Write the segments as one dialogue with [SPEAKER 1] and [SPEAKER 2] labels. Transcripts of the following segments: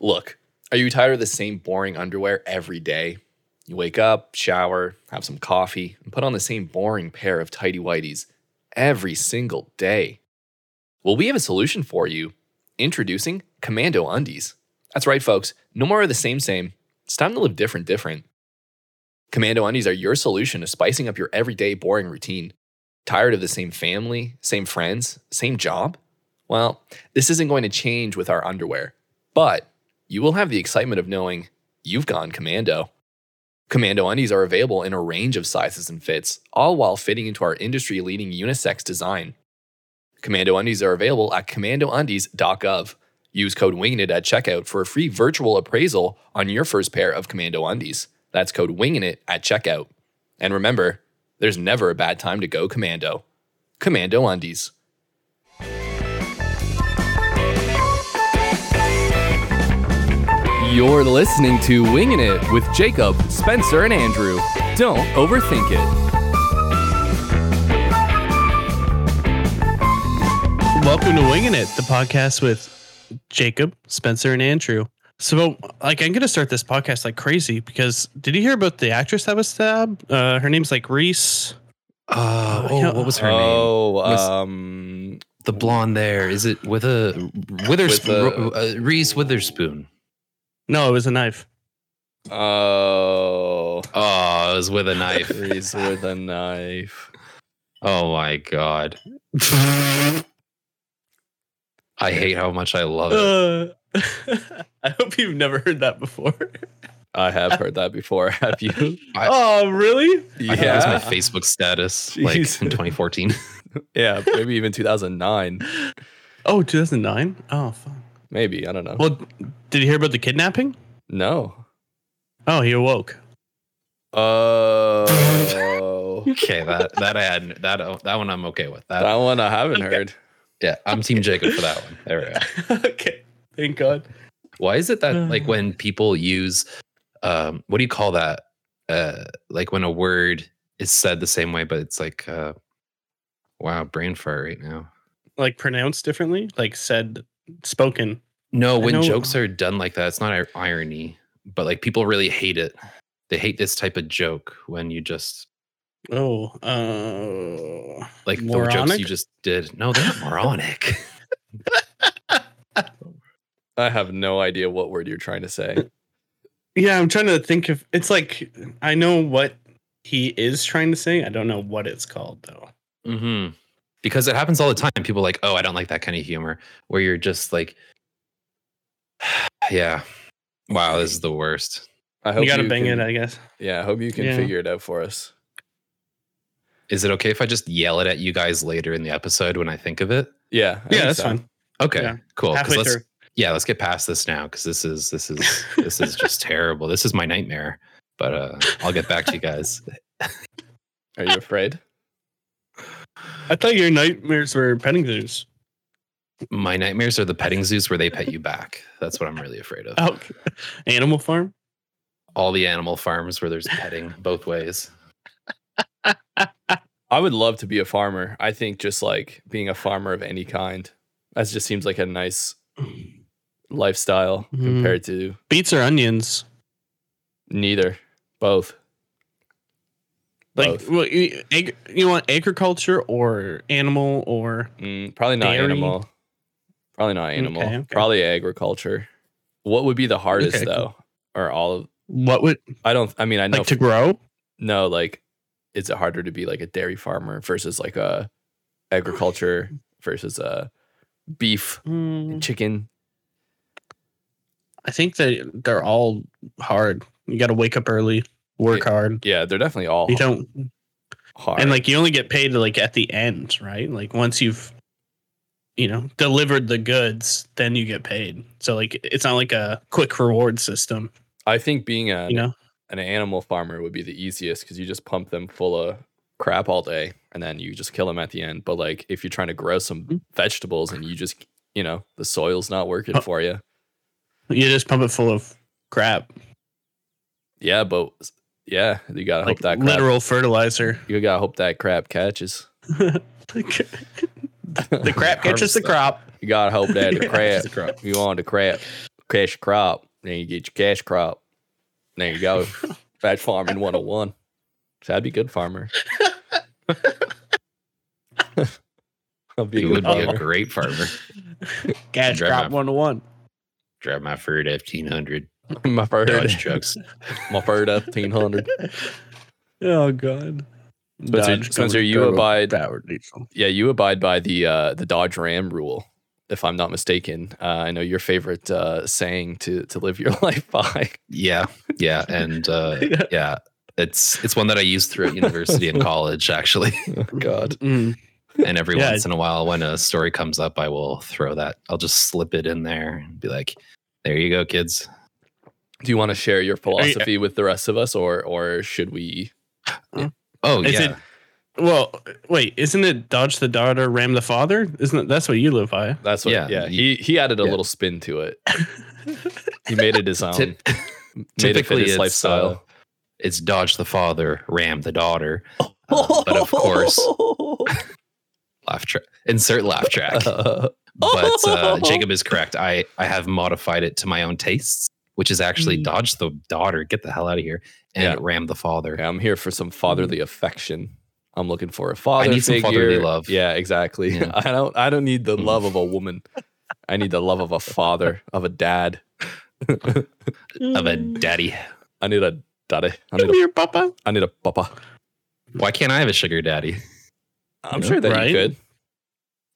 [SPEAKER 1] Look, are you tired of the same boring underwear every day? You wake up, shower, have some coffee, and put on the same boring pair of tidy whities every single day. Well, we have a solution for you. Introducing Commando Undies. That's right, folks. No more of the same, same. It's time to live different, different. Commando Undies are your solution to spicing up your everyday boring routine. Tired of the same family, same friends, same job? Well, this isn't going to change with our underwear, but you will have the excitement of knowing you've gone commando. Commando undies are available in a range of sizes and fits, all while fitting into our industry leading unisex design. Commando undies are available at commandoundies.gov. Use code WINGIT at checkout for a free virtual appraisal on your first pair of commando undies. That's code WINGIT at checkout. And remember, there's never a bad time to go commando. Commando undies.
[SPEAKER 2] You're listening to Winging It with Jacob, Spencer, and Andrew. Don't overthink it.
[SPEAKER 3] Welcome to Winging It, the podcast with Jacob, Spencer, and Andrew. So, like, I'm going to start this podcast like crazy because did you hear about the actress that was stabbed? Uh, her name's like Reese.
[SPEAKER 4] Uh,
[SPEAKER 3] Oh, yeah.
[SPEAKER 4] oh, what was her name?
[SPEAKER 1] Oh,
[SPEAKER 4] Miss-
[SPEAKER 1] um,
[SPEAKER 4] The blonde there. Is it with a Witherspoon?
[SPEAKER 1] With
[SPEAKER 4] uh, Reese Witherspoon.
[SPEAKER 3] No, it was a knife.
[SPEAKER 1] oh,
[SPEAKER 4] Oh, it was with a knife.
[SPEAKER 1] Reese with a knife.
[SPEAKER 4] Oh my god. I hate how much I love it.
[SPEAKER 3] Uh, I hope you've never heard that before.
[SPEAKER 1] I have heard that before. Have you?
[SPEAKER 4] I-
[SPEAKER 3] oh, really?
[SPEAKER 4] I think it was my Facebook status, like
[SPEAKER 1] Jeez.
[SPEAKER 4] in 2014.
[SPEAKER 1] yeah, maybe even 2009.
[SPEAKER 3] Oh, 2009? Oh, fuck.
[SPEAKER 1] Maybe I don't know.
[SPEAKER 3] Well, did you hear about the kidnapping?
[SPEAKER 1] no.
[SPEAKER 3] Oh, he awoke.
[SPEAKER 1] Oh,
[SPEAKER 4] okay, that that I had that that one I'm okay with.
[SPEAKER 1] that
[SPEAKER 4] That
[SPEAKER 1] one I haven't
[SPEAKER 3] Okay.
[SPEAKER 1] heard.
[SPEAKER 4] yeah, I'm Team Jacob for that one. There we go.
[SPEAKER 3] okay. Thank God.
[SPEAKER 4] Why is it that like
[SPEAKER 3] Uh.
[SPEAKER 4] when people use um what do you call that? Uh like when a word is said the same way, but it's like uh wow, brain fart right now.
[SPEAKER 3] Like, pronounced differently, like, said, spoken.
[SPEAKER 4] No, when
[SPEAKER 3] know-
[SPEAKER 4] jokes are done like that, it's not ir- irony, but like people really hate it. They hate this type of joke when you just
[SPEAKER 3] Oh, uh,
[SPEAKER 4] like the jokes
[SPEAKER 3] Moronic?
[SPEAKER 4] you just did. No, they're not moronic.
[SPEAKER 1] I have no idea what word you're trying to say.
[SPEAKER 3] yeah, I'm trying to think of it's like I know what he is trying to say. I don't know what it's called though.
[SPEAKER 4] hmm Because it happens all the time. People are like, oh, I don't like that kind of humor where you're just like, yeah, wow, this is the worst.
[SPEAKER 1] I hope
[SPEAKER 3] You gotta bang
[SPEAKER 1] can-
[SPEAKER 3] it, I guess.
[SPEAKER 1] Yeah, I hope you can
[SPEAKER 3] Yeah.
[SPEAKER 1] figure it out for us.
[SPEAKER 4] Is it okay if I just yell it at you guys later in the episode when I think of it?
[SPEAKER 1] Yeah, I think
[SPEAKER 3] yeah, that's
[SPEAKER 1] so.
[SPEAKER 3] fine.
[SPEAKER 4] Okay,
[SPEAKER 3] Yeah.
[SPEAKER 4] cool. 'cause
[SPEAKER 3] Halfway
[SPEAKER 4] let's-
[SPEAKER 3] through.
[SPEAKER 4] yeah let's get past this now because this is this is this is just terrible this is my nightmare but uh i'll get back to you guys
[SPEAKER 1] Are you afraid?
[SPEAKER 3] I thought your nightmares were petting zoos.
[SPEAKER 4] my nightmares are the petting zoos where they pet you back that's what i'm really afraid of
[SPEAKER 3] Oh, Animal Farm.
[SPEAKER 4] all the animal farms where there's petting both ways
[SPEAKER 1] I would love to be a farmer. I think just like being a farmer of any kind, that just seems like a nice lifestyle
[SPEAKER 3] Mhm.
[SPEAKER 1] compared to
[SPEAKER 3] Beets or onions?
[SPEAKER 1] neither, both.
[SPEAKER 3] Like
[SPEAKER 1] Both.
[SPEAKER 3] well, you, ag- you want agriculture or animal or
[SPEAKER 1] Mm, probably not
[SPEAKER 3] Dairy.
[SPEAKER 1] animal. Probably not animal.
[SPEAKER 3] Okay, okay.
[SPEAKER 1] Probably agriculture. What would be the hardest
[SPEAKER 3] Okay, cool.
[SPEAKER 1] though? Or all of?
[SPEAKER 3] what would
[SPEAKER 1] I don't. I mean, I know.
[SPEAKER 3] like to grow?
[SPEAKER 1] no, like, is it harder to be like a dairy farmer versus like a agriculture versus a beef,
[SPEAKER 3] Mm,
[SPEAKER 1] chicken?
[SPEAKER 3] I think that they're all hard. You got to wake up early, work hard.
[SPEAKER 1] Yeah, they're definitely all
[SPEAKER 3] You don't
[SPEAKER 1] hard.
[SPEAKER 3] and like you only get paid like at the end right like once you've you know delivered the goods then you get paid so like it's not like a quick reward system
[SPEAKER 1] I think being a
[SPEAKER 3] you know
[SPEAKER 1] an animal farmer would be the easiest because you just pump them full of crap all day and then you just kill them at the end. But like if you're trying to grow some
[SPEAKER 3] Mhm.
[SPEAKER 1] vegetables and you just you know the soil's not working
[SPEAKER 3] Oh.
[SPEAKER 1] for you.
[SPEAKER 3] you just pump it full of crap
[SPEAKER 1] Yeah, but yeah, you gotta
[SPEAKER 3] like
[SPEAKER 1] hope that crap,
[SPEAKER 3] literal fertilizer
[SPEAKER 1] you gotta hope that crap catches.
[SPEAKER 3] Like, the crap catches the crop
[SPEAKER 1] You gotta hope that the
[SPEAKER 3] Yeah.
[SPEAKER 1] crap. You want the crap. cash crop. Then you get your cash crop. There you go. Fat farming 101. So I'd be a good farmer. I'd be a
[SPEAKER 4] You would
[SPEAKER 1] good
[SPEAKER 4] be a
[SPEAKER 1] farmer.
[SPEAKER 4] great farmer.
[SPEAKER 3] Cash
[SPEAKER 4] Drive
[SPEAKER 3] drop
[SPEAKER 4] up.
[SPEAKER 3] one to one.
[SPEAKER 4] Drive my Ford F-1500
[SPEAKER 1] My
[SPEAKER 4] Dodge
[SPEAKER 1] bird,
[SPEAKER 4] trucks.
[SPEAKER 1] my bird, fifteen hundred.
[SPEAKER 3] Oh god.
[SPEAKER 1] Spencer-
[SPEAKER 3] Dodge
[SPEAKER 1] Spencer, you
[SPEAKER 3] turbo
[SPEAKER 1] abide-
[SPEAKER 3] powered diesel.
[SPEAKER 1] Yeah, you abide by the uh, the Dodge Ram rule, if I'm not mistaken. Uh, I know your favorite uh, saying to to live your life by.
[SPEAKER 4] Yeah, yeah, and uh,
[SPEAKER 3] Yeah.
[SPEAKER 4] yeah, it's it's one that I used throughout university and college actually.
[SPEAKER 1] Oh, God,
[SPEAKER 3] Mm.
[SPEAKER 4] And every
[SPEAKER 3] Yeah.
[SPEAKER 4] once in a while, when a story comes up, I will throw that. I'll just slip it in there and be like, "There you go, kids."
[SPEAKER 1] do you want to share your philosophy with the rest of us, or or should we?
[SPEAKER 4] Oh
[SPEAKER 3] Is
[SPEAKER 4] yeah,
[SPEAKER 3] it- Well, wait, isn't it dodge the daughter, ram the father? Isn't it, that's what you live by?
[SPEAKER 1] That's what. Yeah,
[SPEAKER 4] Yeah,
[SPEAKER 1] he he added a
[SPEAKER 4] yeah.
[SPEAKER 1] little spin to it. He made it his own.
[SPEAKER 4] Typ-
[SPEAKER 1] made it fit
[SPEAKER 4] typically
[SPEAKER 1] his
[SPEAKER 4] it's,
[SPEAKER 1] lifestyle.
[SPEAKER 4] uh, it's dodge the father, ram the daughter. uh, but of course- Laugh track. Insert laugh track.
[SPEAKER 3] Uh-huh.
[SPEAKER 4] but uh, Jacob is correct. I I have modified it to my own tastes, which is actually
[SPEAKER 3] Mm.
[SPEAKER 4] dodge the daughter, get the hell out of here, and
[SPEAKER 1] Yeah.
[SPEAKER 4] ram the father.
[SPEAKER 1] Okay, I'm here for some fatherly affection. I'm looking for a father.
[SPEAKER 4] Mm-hmm. need some fatherly
[SPEAKER 1] figure.
[SPEAKER 4] love.
[SPEAKER 1] Yeah, exactly.
[SPEAKER 4] Yeah.
[SPEAKER 1] I don't. I don't need the
[SPEAKER 4] Mm.
[SPEAKER 1] love of a woman. I need the love of a father, of a dad.
[SPEAKER 4] Of a daddy.
[SPEAKER 1] I need a daddy. I need a,
[SPEAKER 3] Come here, Papa.
[SPEAKER 1] I need a papa.
[SPEAKER 4] Why can't I have a sugar daddy?
[SPEAKER 1] I'm
[SPEAKER 4] Yeah,
[SPEAKER 1] sure that
[SPEAKER 3] right?
[SPEAKER 1] you could.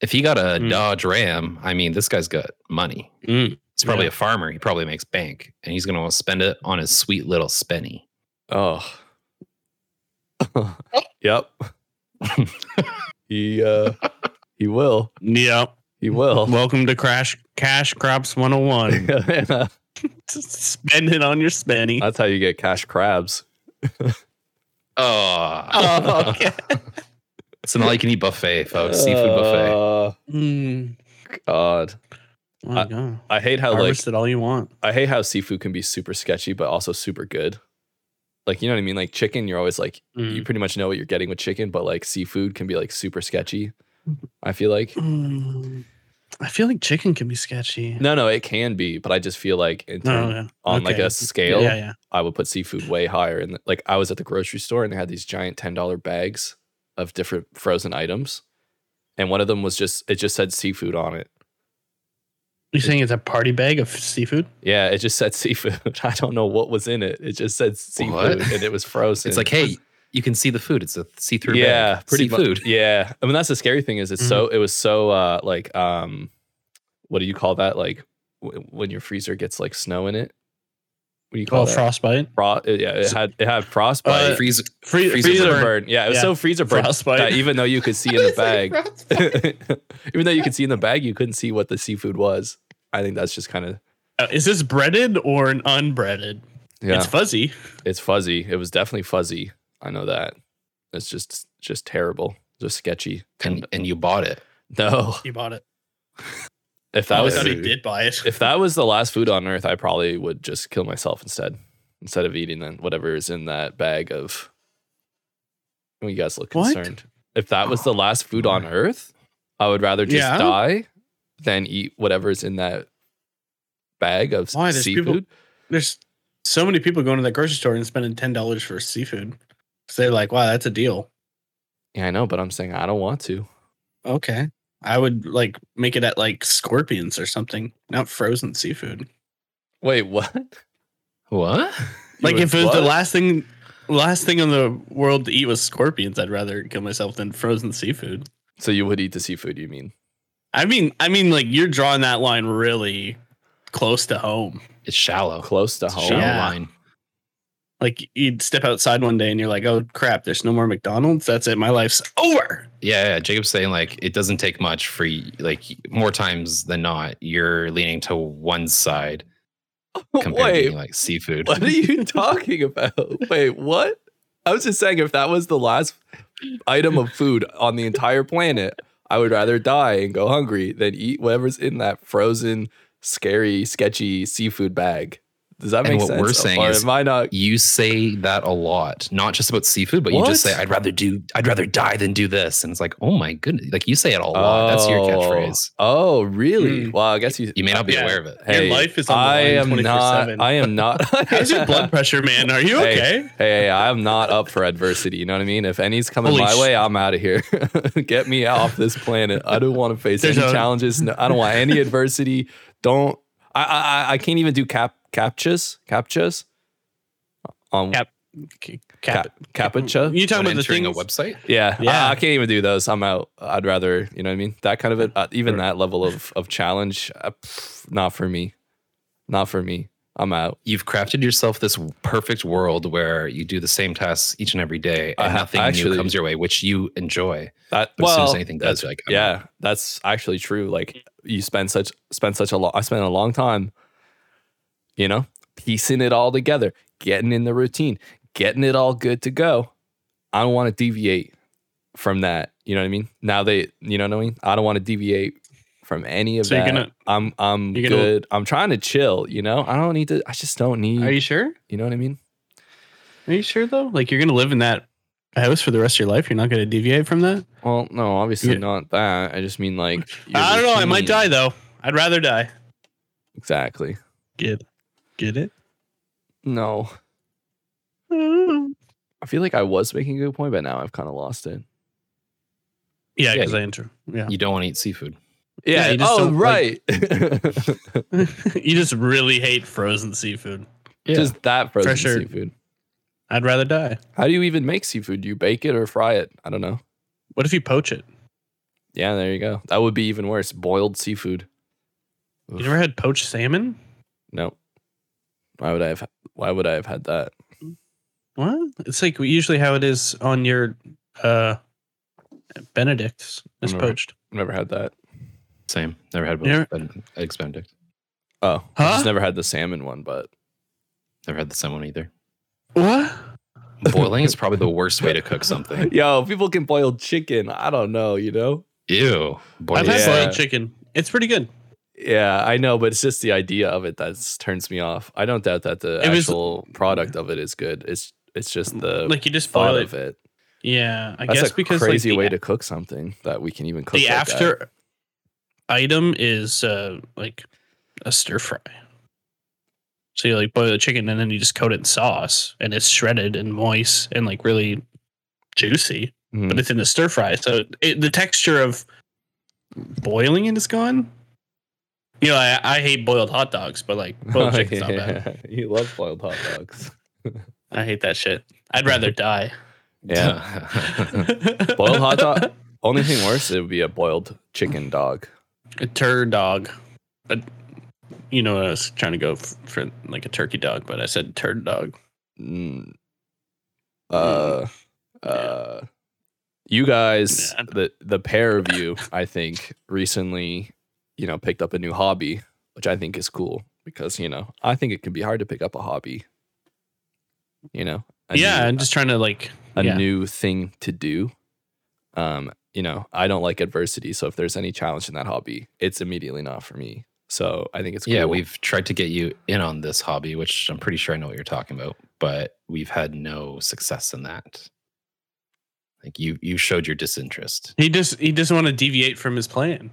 [SPEAKER 4] If he got a
[SPEAKER 3] Mm.
[SPEAKER 4] Dodge Ram, I mean, this guy's got money.
[SPEAKER 3] Mm.
[SPEAKER 4] He's probably
[SPEAKER 3] Yeah.
[SPEAKER 4] a farmer. He probably makes bank, and he's gonna spend it on his sweet little spenny.
[SPEAKER 1] Oh. yep. he uh he will.
[SPEAKER 3] Yeah.
[SPEAKER 1] He will.
[SPEAKER 3] Welcome to Crash Cash Crops 101.
[SPEAKER 1] That's
[SPEAKER 3] Spend it on your spenny.
[SPEAKER 1] how you get cash crabs.
[SPEAKER 4] Oh,
[SPEAKER 3] Oh, okay.
[SPEAKER 4] it's an all-you-can-eat buffet, folks. Seafood buffet.
[SPEAKER 1] Oh,
[SPEAKER 3] Mm.
[SPEAKER 1] God.
[SPEAKER 3] Oh, my God.
[SPEAKER 1] I hate how like
[SPEAKER 3] Harvest it all you want.
[SPEAKER 1] I hate how seafood can be super sketchy, but also super good. Like you know what I mean? Like chicken, you're always like you
[SPEAKER 3] Mm.
[SPEAKER 1] pretty much know what you're getting with chicken, but like seafood can be like super sketchy.
[SPEAKER 3] Mm-hmm.
[SPEAKER 1] I feel like
[SPEAKER 3] Mm. I feel like chicken can be sketchy.
[SPEAKER 1] no, no, it can be, but I just feel like in
[SPEAKER 3] No,
[SPEAKER 1] term,
[SPEAKER 3] no, no.
[SPEAKER 1] on like
[SPEAKER 3] Okay.
[SPEAKER 1] a scale,
[SPEAKER 3] Yeah, yeah.
[SPEAKER 1] I would put seafood way higher. And like I was at the grocery store and they had these giant ten dollar bags of different frozen items, and one of them was just it just said seafood on it.
[SPEAKER 3] You're saying it's a party bag of seafood?
[SPEAKER 1] Yeah, it just said seafood. I don't know what was in it. It just said seafood and it was frozen.
[SPEAKER 4] It's like, hey, you can see the food. It's a see-through.
[SPEAKER 1] yeah,
[SPEAKER 4] bag.
[SPEAKER 1] pretty
[SPEAKER 4] See
[SPEAKER 1] mu-
[SPEAKER 4] food.
[SPEAKER 1] Yeah, I mean that's the scary thing is it's so it was so uh like um, what do you call that? Like w- when your freezer gets like snow in it. What do you call
[SPEAKER 3] Oh,
[SPEAKER 1] that?
[SPEAKER 3] frostbite.
[SPEAKER 1] Fro- uh, yeah, it
[SPEAKER 4] So-
[SPEAKER 1] had it had frostbite,
[SPEAKER 3] Uh,
[SPEAKER 4] Freeze.
[SPEAKER 3] Free,
[SPEAKER 4] Freezer
[SPEAKER 1] freezer burn.
[SPEAKER 4] burn.
[SPEAKER 1] Yeah, it was
[SPEAKER 3] Yeah.
[SPEAKER 1] so freezer burn
[SPEAKER 3] Frostbite.
[SPEAKER 1] that even though you could see in the bag, even though you could see in the bag, you couldn't see what the seafood was. I think that's just kind of
[SPEAKER 3] Uh, is this breaded or an unbreaded?
[SPEAKER 1] yeah,
[SPEAKER 3] It's
[SPEAKER 1] it's,
[SPEAKER 3] fuzzy.
[SPEAKER 1] fuzzy. It was definitely fuzzy. I know that. It's just just terrible, just sketchy.
[SPEAKER 4] And, and you bought it.
[SPEAKER 1] No,
[SPEAKER 3] He bought it.
[SPEAKER 1] if that
[SPEAKER 3] I
[SPEAKER 1] was
[SPEAKER 3] thought he
[SPEAKER 4] rude.
[SPEAKER 3] did buy it.
[SPEAKER 1] if that was the last food on earth, I probably would just kill myself instead, instead of eating then whatever is in that bag of. Well, you guys look
[SPEAKER 3] What? Oh.
[SPEAKER 1] concerned. If that was the last food on earth, I would rather just
[SPEAKER 3] Yeah.
[SPEAKER 1] die than eat whatever's in that bag of
[SPEAKER 3] Why? There's people-
[SPEAKER 1] seafood.
[SPEAKER 3] There's so many people going to that grocery store and spending ten dollars for seafood. So they're like, wow, that's a deal.
[SPEAKER 1] Yeah, I know, but I'm saying I don't want to.
[SPEAKER 3] Okay. I would like make it at like scorpions or something, not frozen seafood.
[SPEAKER 1] Wait, what?
[SPEAKER 4] What?
[SPEAKER 3] Like
[SPEAKER 1] would
[SPEAKER 3] if it was
[SPEAKER 1] what?
[SPEAKER 3] the last thing last thing in the world to eat was scorpions, I'd rather kill myself than frozen seafood.
[SPEAKER 1] So you would eat the seafood? You mean?
[SPEAKER 3] I mean I mean like you're drawing that line really close to home.
[SPEAKER 4] It's shallow.
[SPEAKER 1] Close to
[SPEAKER 4] It's a
[SPEAKER 1] home.
[SPEAKER 4] shallow
[SPEAKER 3] Yeah.
[SPEAKER 4] line.
[SPEAKER 3] Like you'd step outside one day and you're like, oh crap, there's no more McDonald's. That's it. My life's over.
[SPEAKER 4] Yeah, yeah. Jacob's saying like it doesn't take much for y- like more times than not, you're leaning to one side compared to
[SPEAKER 1] Wait,
[SPEAKER 4] eating, like seafood.
[SPEAKER 1] What are you talking about? Wait, what? I was just saying, if that was the last item of food on the entire planet, I would rather die and go hungry than eat whatever's in that frozen, scary, sketchy seafood bag Does that
[SPEAKER 4] And
[SPEAKER 1] make
[SPEAKER 4] what
[SPEAKER 1] sense?
[SPEAKER 4] we're saying
[SPEAKER 1] or
[SPEAKER 4] is-
[SPEAKER 1] am I not?
[SPEAKER 4] You say that a lot, not just about seafood, but you just
[SPEAKER 1] What?
[SPEAKER 4] say, "I'd rather do, I'd rather die than do this," and it's like, "Oh my goodness!" Like you say it a lot. That's your
[SPEAKER 1] Oh.
[SPEAKER 4] catchphrase.
[SPEAKER 1] Oh, really?
[SPEAKER 3] Mm.
[SPEAKER 1] Well, I guess you.
[SPEAKER 4] You may not be
[SPEAKER 3] Yeah.
[SPEAKER 4] aware of it.
[SPEAKER 3] Your life is on the
[SPEAKER 1] I
[SPEAKER 3] line
[SPEAKER 1] am not.
[SPEAKER 3] 24/7.
[SPEAKER 1] I am not.
[SPEAKER 3] How's your blood pressure, man? Are you
[SPEAKER 1] Hey.
[SPEAKER 3] okay?
[SPEAKER 1] hey, I am not up for adversity. You know what I mean? If any's coming
[SPEAKER 3] Holy
[SPEAKER 1] my
[SPEAKER 3] sh-
[SPEAKER 1] way, I'm out of here. Get me off this planet. I don't want to face
[SPEAKER 3] There's
[SPEAKER 1] any
[SPEAKER 3] a-
[SPEAKER 1] challenges. No, I don't want any adversity. Don't. I- I I, I can't even do cap captchas captchas. Um, On
[SPEAKER 3] Cap- Cap,
[SPEAKER 1] cap, captcha.
[SPEAKER 3] You talking
[SPEAKER 4] When
[SPEAKER 3] about the
[SPEAKER 4] entering
[SPEAKER 3] thing?
[SPEAKER 4] a website?
[SPEAKER 1] Yeah,
[SPEAKER 3] Yeah.
[SPEAKER 1] I, I can't even do those. I'm out. I'd rather, you know what I mean? That kind of it, uh, even that level of of challenge, uh, pff, not for me. Not for me. I'm out.
[SPEAKER 4] You've crafted yourself this perfect world where you do the same tasks each and every day,
[SPEAKER 1] I
[SPEAKER 4] and
[SPEAKER 1] ha-
[SPEAKER 4] nothing
[SPEAKER 1] actually-
[SPEAKER 4] new comes your way, which you enjoy.
[SPEAKER 1] That
[SPEAKER 4] But
[SPEAKER 1] well,
[SPEAKER 4] as soon as anything does,
[SPEAKER 1] that's-
[SPEAKER 4] you're like, I'm
[SPEAKER 1] yeah, that's actually true. Like you spend such spend such a long. I spent a long time, you know, piecing it all together, getting in the routine, getting it all good to go. I don't want to deviate from that. You know what I mean? Now they, you know what I mean. I don't want to deviate from any of
[SPEAKER 3] So you're
[SPEAKER 1] that.
[SPEAKER 3] gonna-
[SPEAKER 1] I'm I'm
[SPEAKER 3] you're gonna-
[SPEAKER 1] good. I'm trying to chill. You know, I don't need to. I just don't need.
[SPEAKER 3] Are
[SPEAKER 1] You,
[SPEAKER 3] you sure?
[SPEAKER 1] know what I mean?
[SPEAKER 3] Are you sure though? Like you're gonna live in that house for the rest of your life. You're not gonna deviate from that.
[SPEAKER 1] Well, no, obviously
[SPEAKER 3] Yeah.
[SPEAKER 1] not that. I just mean like. your
[SPEAKER 3] I don't know. I might
[SPEAKER 1] routine.
[SPEAKER 3] die though. I'd rather die.
[SPEAKER 1] Exactly.
[SPEAKER 3] Get, get it?
[SPEAKER 1] No. I feel like I was making a good point, but now I've kind of lost it.
[SPEAKER 3] Yeah,
[SPEAKER 4] Yeah,
[SPEAKER 3] because
[SPEAKER 4] you-
[SPEAKER 3] I intro. Yeah,
[SPEAKER 4] You don't want to eat seafood.
[SPEAKER 3] Yeah, you just
[SPEAKER 1] oh,
[SPEAKER 3] don't,
[SPEAKER 1] right.
[SPEAKER 3] like- you just really hate frozen seafood.
[SPEAKER 1] Just that frozen
[SPEAKER 3] Fresher.
[SPEAKER 1] seafood.
[SPEAKER 3] I'd rather die.
[SPEAKER 1] How do you even make seafood? Do you bake it or fry it? I don't know.
[SPEAKER 3] What if you poach it?
[SPEAKER 1] Yeah, there you go. That would be even worse. Boiled seafood. Oof.
[SPEAKER 3] You never had poached salmon?
[SPEAKER 1] No. Why would I have? Why would I have had that?
[SPEAKER 3] What? It's like usually how it is on your uh Benedict's is
[SPEAKER 1] Mm.
[SPEAKER 3] poached.
[SPEAKER 1] Never had that.
[SPEAKER 4] Same. Never had
[SPEAKER 3] Yeah.
[SPEAKER 4] both. Ben- Eggs Benedict.
[SPEAKER 1] Oh, I
[SPEAKER 3] Huh?
[SPEAKER 1] just never had the salmon one. But
[SPEAKER 4] Never had the salmon either.
[SPEAKER 3] What?
[SPEAKER 4] Boiling is probably the worst way to cook something.
[SPEAKER 1] yo, people can boil chicken. I don't know. You know?
[SPEAKER 4] Ew. Boiling.
[SPEAKER 3] I've had
[SPEAKER 1] yeah.
[SPEAKER 3] boiled chicken. It's pretty good.
[SPEAKER 1] Yeah, I know, but it's just the idea of it that turns me off. I don't doubt that the
[SPEAKER 3] It was-
[SPEAKER 1] actual product of it is good. It's it's just the
[SPEAKER 3] Like you just
[SPEAKER 1] thought
[SPEAKER 3] boil it.
[SPEAKER 1] of it.
[SPEAKER 3] Yeah, I
[SPEAKER 1] That's
[SPEAKER 3] guess
[SPEAKER 1] a
[SPEAKER 3] because
[SPEAKER 1] crazy
[SPEAKER 3] like, the
[SPEAKER 1] way to cook something that we can even cook.
[SPEAKER 3] the
[SPEAKER 1] like that.
[SPEAKER 3] after item is uh like a stir fry. So you like boil the chicken and then you just coat it in sauce and it's shredded and moist and like really juicy,
[SPEAKER 1] Mhm.
[SPEAKER 3] but it's in the stir fry. So it, the texture of boiling it is gone. You know, I, I hate boiled hot dogs, but like boiled chicken's not bad.
[SPEAKER 1] you love boiled hot dogs.
[SPEAKER 3] I hate that shit. I'd rather die.
[SPEAKER 1] Yeah, Boiled hot dog- only thing worse it would be a boiled chicken dog.
[SPEAKER 3] A turd dog. A, you know, I was trying to go f- for like a turkey dog, but I said turd dog.
[SPEAKER 1] Mm. Uh, uh, you guys,
[SPEAKER 3] Yeah.
[SPEAKER 1] the the pair of you, I think, recently, you know, picked up a new hobby, which I think is cool because you know I think it can be hard to pick up a hobby. You know, a
[SPEAKER 3] yeah,
[SPEAKER 1] new-
[SPEAKER 3] I'm just trying to like.
[SPEAKER 1] a
[SPEAKER 3] yeah.
[SPEAKER 1] new thing to do. Um, you know, I don't like adversity, so if there's any challenge in that hobby, it's immediately not for me. So I think it's
[SPEAKER 4] Yeah,
[SPEAKER 1] cool.
[SPEAKER 4] we've tried to get you in on this hobby, which I'm pretty sure I know what you're talking about, but we've had no success in that. Like you, you showed your disinterest.
[SPEAKER 3] He just he doesn't want to deviate from his plan.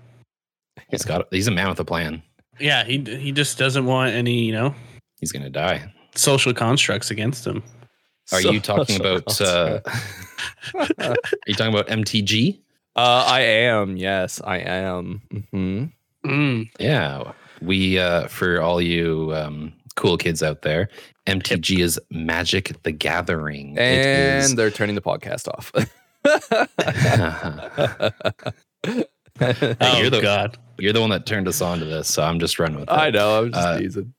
[SPEAKER 4] He's got, he's a man with a plan.
[SPEAKER 3] Yeah, he he just doesn't want any you know
[SPEAKER 4] He's gonna die.
[SPEAKER 3] social constructs against him.
[SPEAKER 4] Are
[SPEAKER 1] So-
[SPEAKER 4] you talking about? Uh, are you talking about MTG?
[SPEAKER 1] Uh, I am. Yes, I am. hmm
[SPEAKER 3] Mm.
[SPEAKER 4] Yeah, we uh, for all you um, cool kids out there, MTG is Magic the Gathering. It
[SPEAKER 1] And
[SPEAKER 4] is-
[SPEAKER 1] they're turning the podcast off.
[SPEAKER 4] Hey,
[SPEAKER 3] Oh
[SPEAKER 4] you're the-
[SPEAKER 3] God!
[SPEAKER 4] you're the one that turned us on to this, so I'm just running with it.
[SPEAKER 1] I know. I'm just
[SPEAKER 4] Uh,
[SPEAKER 1] teasing.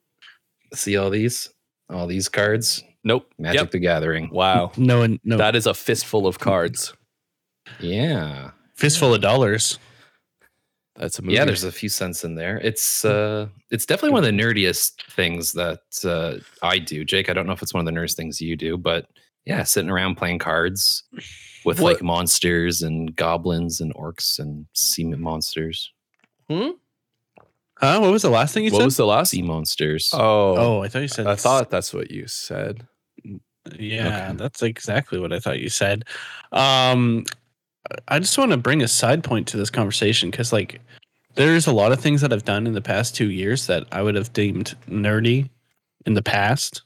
[SPEAKER 4] See all these, all these cards.
[SPEAKER 1] Nope.
[SPEAKER 4] Magic
[SPEAKER 1] Yep.
[SPEAKER 4] the Gathering.
[SPEAKER 1] Wow.
[SPEAKER 3] No one, no
[SPEAKER 1] That is a fistful of cards.
[SPEAKER 4] Yeah,
[SPEAKER 3] fistful of dollars.
[SPEAKER 1] That's a movie. Hmm.
[SPEAKER 4] yeah. There's a few cents in there. It's uh, it's definitely one of the nerdiest things that uh, I do, Jake. I don't know if it's one of the nerdiest things you do, but yeah, sitting around playing cards with
[SPEAKER 1] What-
[SPEAKER 4] like
[SPEAKER 1] Mm.
[SPEAKER 4] monsters and goblins and orcs and sea monsters.
[SPEAKER 1] Hmm?
[SPEAKER 3] Huh? What was the last thing you
[SPEAKER 1] What
[SPEAKER 3] said?
[SPEAKER 1] was the last?
[SPEAKER 4] Sea monsters.
[SPEAKER 1] Oh,
[SPEAKER 3] oh, I thought you said.
[SPEAKER 1] I thought that's what you said.
[SPEAKER 3] Yeah,
[SPEAKER 4] Okay.
[SPEAKER 3] that's exactly what I thought you said. Um, I just want to bring a side point to this conversation because, like, there's a lot of things that I've done in the past two years that I would have deemed nerdy in the past,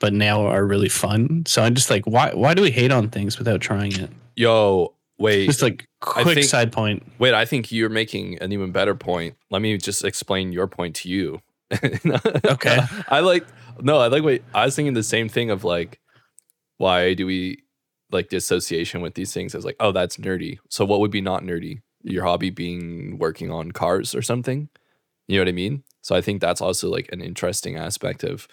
[SPEAKER 3] but now are really fun. So I'm just like, why? Why do we hate on things without trying it?
[SPEAKER 1] Yo, wait,
[SPEAKER 3] Just like quick
[SPEAKER 1] think-
[SPEAKER 3] side point.
[SPEAKER 1] wait. I think you're making an even better point. Let me just explain your point to you.
[SPEAKER 3] Okay.
[SPEAKER 1] I like no, I like wait. I was thinking the same thing of like, why do we like the association with these things? I was like, oh, that's nerdy. So what would be not nerdy? Your hobby being working on cars or something. You know what I mean? So I think that's also like an interesting aspect of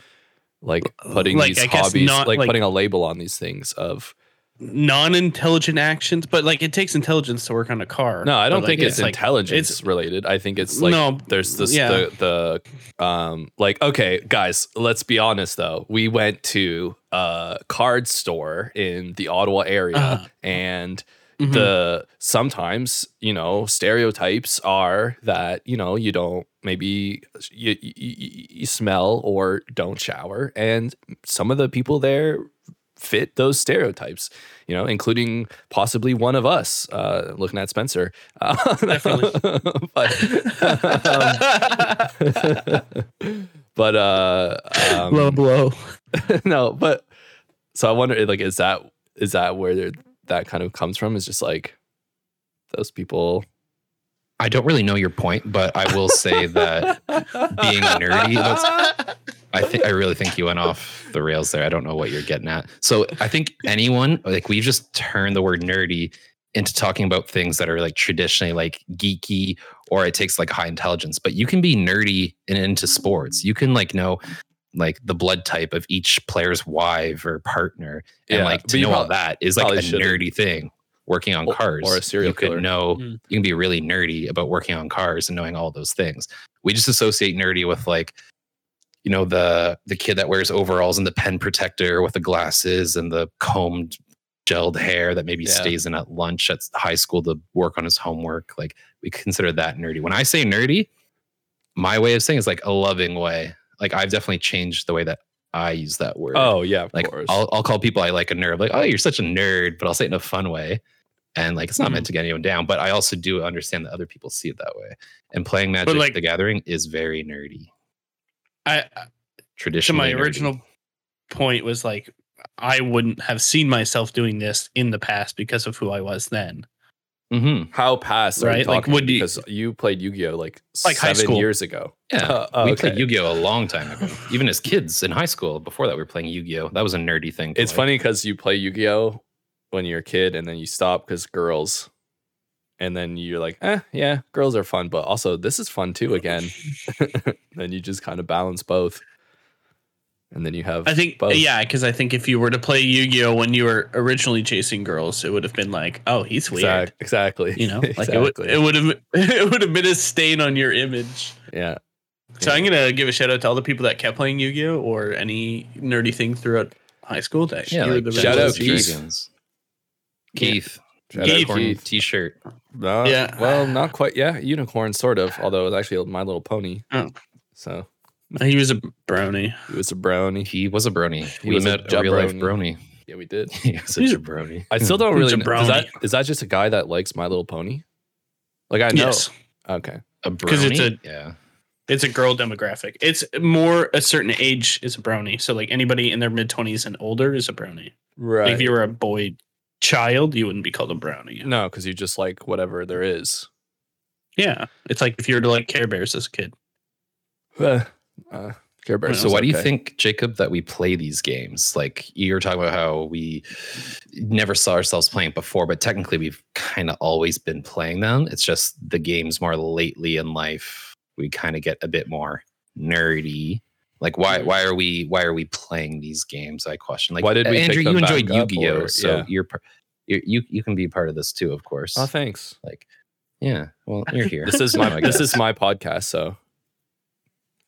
[SPEAKER 1] like putting
[SPEAKER 3] Like,
[SPEAKER 1] these
[SPEAKER 3] I guess
[SPEAKER 1] hobbies,
[SPEAKER 3] not,
[SPEAKER 1] like,
[SPEAKER 3] like-
[SPEAKER 1] putting a label on these things. Of
[SPEAKER 3] Non-intelligent actions, but like it takes intelligence to work on a car.
[SPEAKER 1] no, I don't
[SPEAKER 3] But, like,
[SPEAKER 1] think it's,
[SPEAKER 3] like-
[SPEAKER 1] intelligence
[SPEAKER 3] it's-
[SPEAKER 1] related. I think it's like
[SPEAKER 3] no,
[SPEAKER 1] there's this
[SPEAKER 3] yeah.
[SPEAKER 1] the the um like okay guys let's be honest though we went to a card store in the ottawa area
[SPEAKER 3] Uh-huh.
[SPEAKER 1] and
[SPEAKER 3] Mhm.
[SPEAKER 1] the sometimes you know stereotypes are that you know you don't maybe you, you, you you smell or don't shower and some of the people there fit those stereotypes you know including possibly one of us uh looking at spencer Uh,
[SPEAKER 3] Definitely.
[SPEAKER 1] but, um, but uh um,
[SPEAKER 3] low blow.
[SPEAKER 1] no, but so I wonder, like, is that is that where there- that kind of comes from? Is just like those people
[SPEAKER 4] I don't really know your point, but I will say that being nerdy, that's- I think I really think you went off the rails there. I don't know what you're getting at. So I think anyone like we've just turned the word nerdy into talking about things that are like traditionally like geeky or it takes like high intelligence. But you can be nerdy and into sports. You can like know like the blood type of each player's wife or partner. And
[SPEAKER 1] Yeah,
[SPEAKER 4] like
[SPEAKER 1] but
[SPEAKER 4] to
[SPEAKER 1] you
[SPEAKER 4] know all
[SPEAKER 1] prob-
[SPEAKER 4] that is like a
[SPEAKER 1] probably shouldn't.
[SPEAKER 4] nerdy thing. Working on
[SPEAKER 1] Or-
[SPEAKER 4] cars.
[SPEAKER 1] or a serial
[SPEAKER 4] you could
[SPEAKER 1] killer.
[SPEAKER 4] know
[SPEAKER 3] Mm.
[SPEAKER 4] you can be really nerdy about working on cars and knowing all those things. We just associate nerdy with like, you know, the the kid that wears overalls and the pen protector with the glasses and the combed gelled hair that maybe
[SPEAKER 1] Yeah.
[SPEAKER 4] stays in at lunch at high school to work on his homework. Like we consider that nerdy. When I say nerdy, my way of saying is like a loving way. Like I've definitely changed the way that I use that word.
[SPEAKER 1] Oh yeah, of
[SPEAKER 4] Like
[SPEAKER 1] course.
[SPEAKER 4] I'll, I'll call people I like a nerd, like, oh, you're such a nerd, but I'll say it in a fun way. And like, it's not meant to get anyone down, but I also do understand that other people see it that way. And playing Magic
[SPEAKER 3] like-
[SPEAKER 4] the Gathering is very nerdy.
[SPEAKER 3] I to
[SPEAKER 4] Traditionally,
[SPEAKER 3] my
[SPEAKER 4] nerdy.
[SPEAKER 3] original point was like I wouldn't have seen myself doing this in the past because of who I was then.
[SPEAKER 4] Mhm.
[SPEAKER 1] How past are you
[SPEAKER 3] Right, like,
[SPEAKER 1] talking?
[SPEAKER 3] would you-
[SPEAKER 1] because you played Yu Gi Oh like,
[SPEAKER 3] Like high
[SPEAKER 1] seven
[SPEAKER 3] school.
[SPEAKER 1] years ago.
[SPEAKER 4] Yeah.
[SPEAKER 1] oh,
[SPEAKER 4] we
[SPEAKER 1] okay.
[SPEAKER 4] played Yu Gi Oh a long time ago, even as kids in high school. Before that, we were playing Yu Gi Oh. That was a nerdy thing. to
[SPEAKER 1] It's
[SPEAKER 4] like.
[SPEAKER 1] funny because you play Yu Gi Oh when you're a kid, and then you stop because girls, and then you're like, eh, yeah, girls are fun, but also this is fun too again. then you just kind of balance both, and then you have
[SPEAKER 3] I think
[SPEAKER 1] both.
[SPEAKER 3] yeah, because I think if you were to play Yu-Gi-Oh when you were originally chasing girls, it would have been like, oh, he's weird.
[SPEAKER 1] Exac- Exactly.
[SPEAKER 3] You know, like
[SPEAKER 1] exactly.
[SPEAKER 3] it would it would have it would have been a stain on your image.
[SPEAKER 1] yeah.
[SPEAKER 3] So I'm gonna give a shout out to all the people that kept playing Yu-Gi-Oh or any nerdy thing throughout high school that
[SPEAKER 4] Yeah.
[SPEAKER 3] you were
[SPEAKER 4] Like,
[SPEAKER 3] the
[SPEAKER 1] shout
[SPEAKER 3] real
[SPEAKER 1] out
[SPEAKER 3] ones.
[SPEAKER 1] Keith.
[SPEAKER 3] Yeah.
[SPEAKER 4] Dragons. Keith.
[SPEAKER 1] Shout out
[SPEAKER 4] Unicorn
[SPEAKER 1] Keith.
[SPEAKER 4] T-shirt.
[SPEAKER 1] No,
[SPEAKER 3] Yeah.
[SPEAKER 1] Well, not quite. Yeah, unicorn, sort of. Although it was actually My Little Pony.
[SPEAKER 3] Oh.
[SPEAKER 1] So
[SPEAKER 3] He was a brownie.
[SPEAKER 1] it was a brownie.
[SPEAKER 4] He was a brony.
[SPEAKER 1] He
[SPEAKER 4] we
[SPEAKER 1] was a
[SPEAKER 4] met a, real life brony.
[SPEAKER 1] Yeah, we did.
[SPEAKER 4] he was
[SPEAKER 3] He's
[SPEAKER 4] such
[SPEAKER 3] a-
[SPEAKER 4] a brony.
[SPEAKER 1] I still don't
[SPEAKER 3] He's
[SPEAKER 1] really.
[SPEAKER 3] a
[SPEAKER 1] Know. Is that
[SPEAKER 3] brownie.
[SPEAKER 1] is that just a guy that likes My Little Pony? Like I know.
[SPEAKER 3] Yes.
[SPEAKER 1] Okay.
[SPEAKER 4] a
[SPEAKER 3] 'Cause it's
[SPEAKER 4] brony? yeah.
[SPEAKER 3] It's a girl demographic. It's more a certain age is a brownie. So like anybody in their mid twenties and older is a brownie.
[SPEAKER 1] Right.
[SPEAKER 3] Like, if you were a boy child, you wouldn't be called a brownie.
[SPEAKER 1] no, because you just like whatever there is.
[SPEAKER 3] Yeah, it's like if you were to like Care Bears as a kid.
[SPEAKER 1] Uh, uh, Care Bear.
[SPEAKER 3] So
[SPEAKER 4] So
[SPEAKER 1] was
[SPEAKER 4] why do you
[SPEAKER 1] okay.
[SPEAKER 4] think, Jacob, that we play these games? Like you were talking about how we never saw ourselves playing it before, but technically we've kind of always been playing them. It's just the games more lately in life we kind of get a bit more nerdy. Like why why are we why are we playing these games? I question. Like
[SPEAKER 1] Mm-hmm. Why did we pick
[SPEAKER 4] Andrew,
[SPEAKER 1] them
[SPEAKER 4] you enjoyed
[SPEAKER 1] back up,
[SPEAKER 4] Yu-Gi-Oh,
[SPEAKER 1] or-
[SPEAKER 4] so
[SPEAKER 1] yeah.
[SPEAKER 4] you're, par- you're you you can be part of this too, of course.
[SPEAKER 1] Oh, thanks.
[SPEAKER 4] like yeah, well you're here. Oh
[SPEAKER 1] This is
[SPEAKER 4] So
[SPEAKER 1] my
[SPEAKER 4] I
[SPEAKER 1] this
[SPEAKER 4] guess.
[SPEAKER 1] is my podcast. So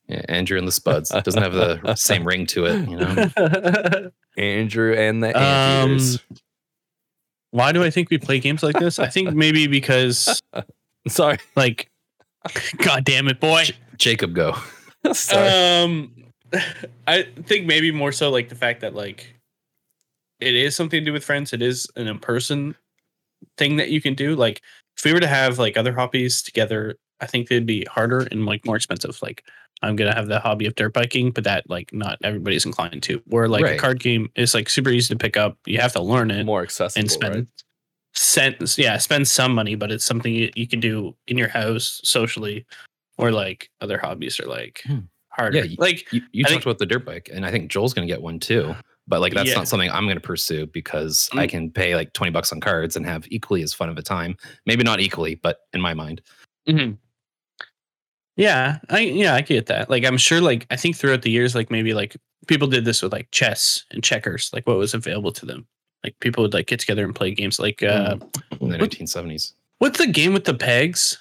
[SPEAKER 4] yeah, Andrew and the Spuds It doesn't have the same ring to it, you know.
[SPEAKER 1] Andrew and the
[SPEAKER 3] Um,
[SPEAKER 1] Anteaters.
[SPEAKER 3] Why do I think we play games like this? I think maybe because
[SPEAKER 1] Sorry.
[SPEAKER 3] like God damn it, boy.
[SPEAKER 4] Jacob, go.
[SPEAKER 1] Sorry.
[SPEAKER 3] Um, I think maybe more so like the fact that like it is something to do with friends. It is an in person thing that you can do. Like if we were to have like other hobbies together, I think they'd be harder and like more expensive. Like I'm gonna have the hobby of dirt biking, but that like not everybody's inclined to. Where like a
[SPEAKER 4] Right.
[SPEAKER 3] card game is like super easy to pick up. You have to learn it
[SPEAKER 1] More accessible.
[SPEAKER 3] uh, and spend
[SPEAKER 1] right?
[SPEAKER 3] sen- yeah spend some money but it's something you, you can do in your house socially or like other hobbies are like
[SPEAKER 4] Hmm.
[SPEAKER 3] harder
[SPEAKER 4] Yeah, you-
[SPEAKER 3] like
[SPEAKER 4] You, you
[SPEAKER 3] I
[SPEAKER 4] talked
[SPEAKER 3] think-
[SPEAKER 4] about the dirt bike, and I think Joel's going to get one too. But like, that's
[SPEAKER 3] Yeah.
[SPEAKER 4] not something I'm going to pursue because I
[SPEAKER 3] Mm.
[SPEAKER 4] can pay like 20 bucks on cards and have equally as fun of a time. Maybe not equally, but in my mind.
[SPEAKER 3] mm-hmm. yeah i yeah i get that like i'm sure like i think throughout the years like maybe like people did this with like chess and checkers like what was available to them like people would like get together and play games like uh
[SPEAKER 4] In the
[SPEAKER 3] What-
[SPEAKER 4] 1970s.
[SPEAKER 3] what's the game with the pegs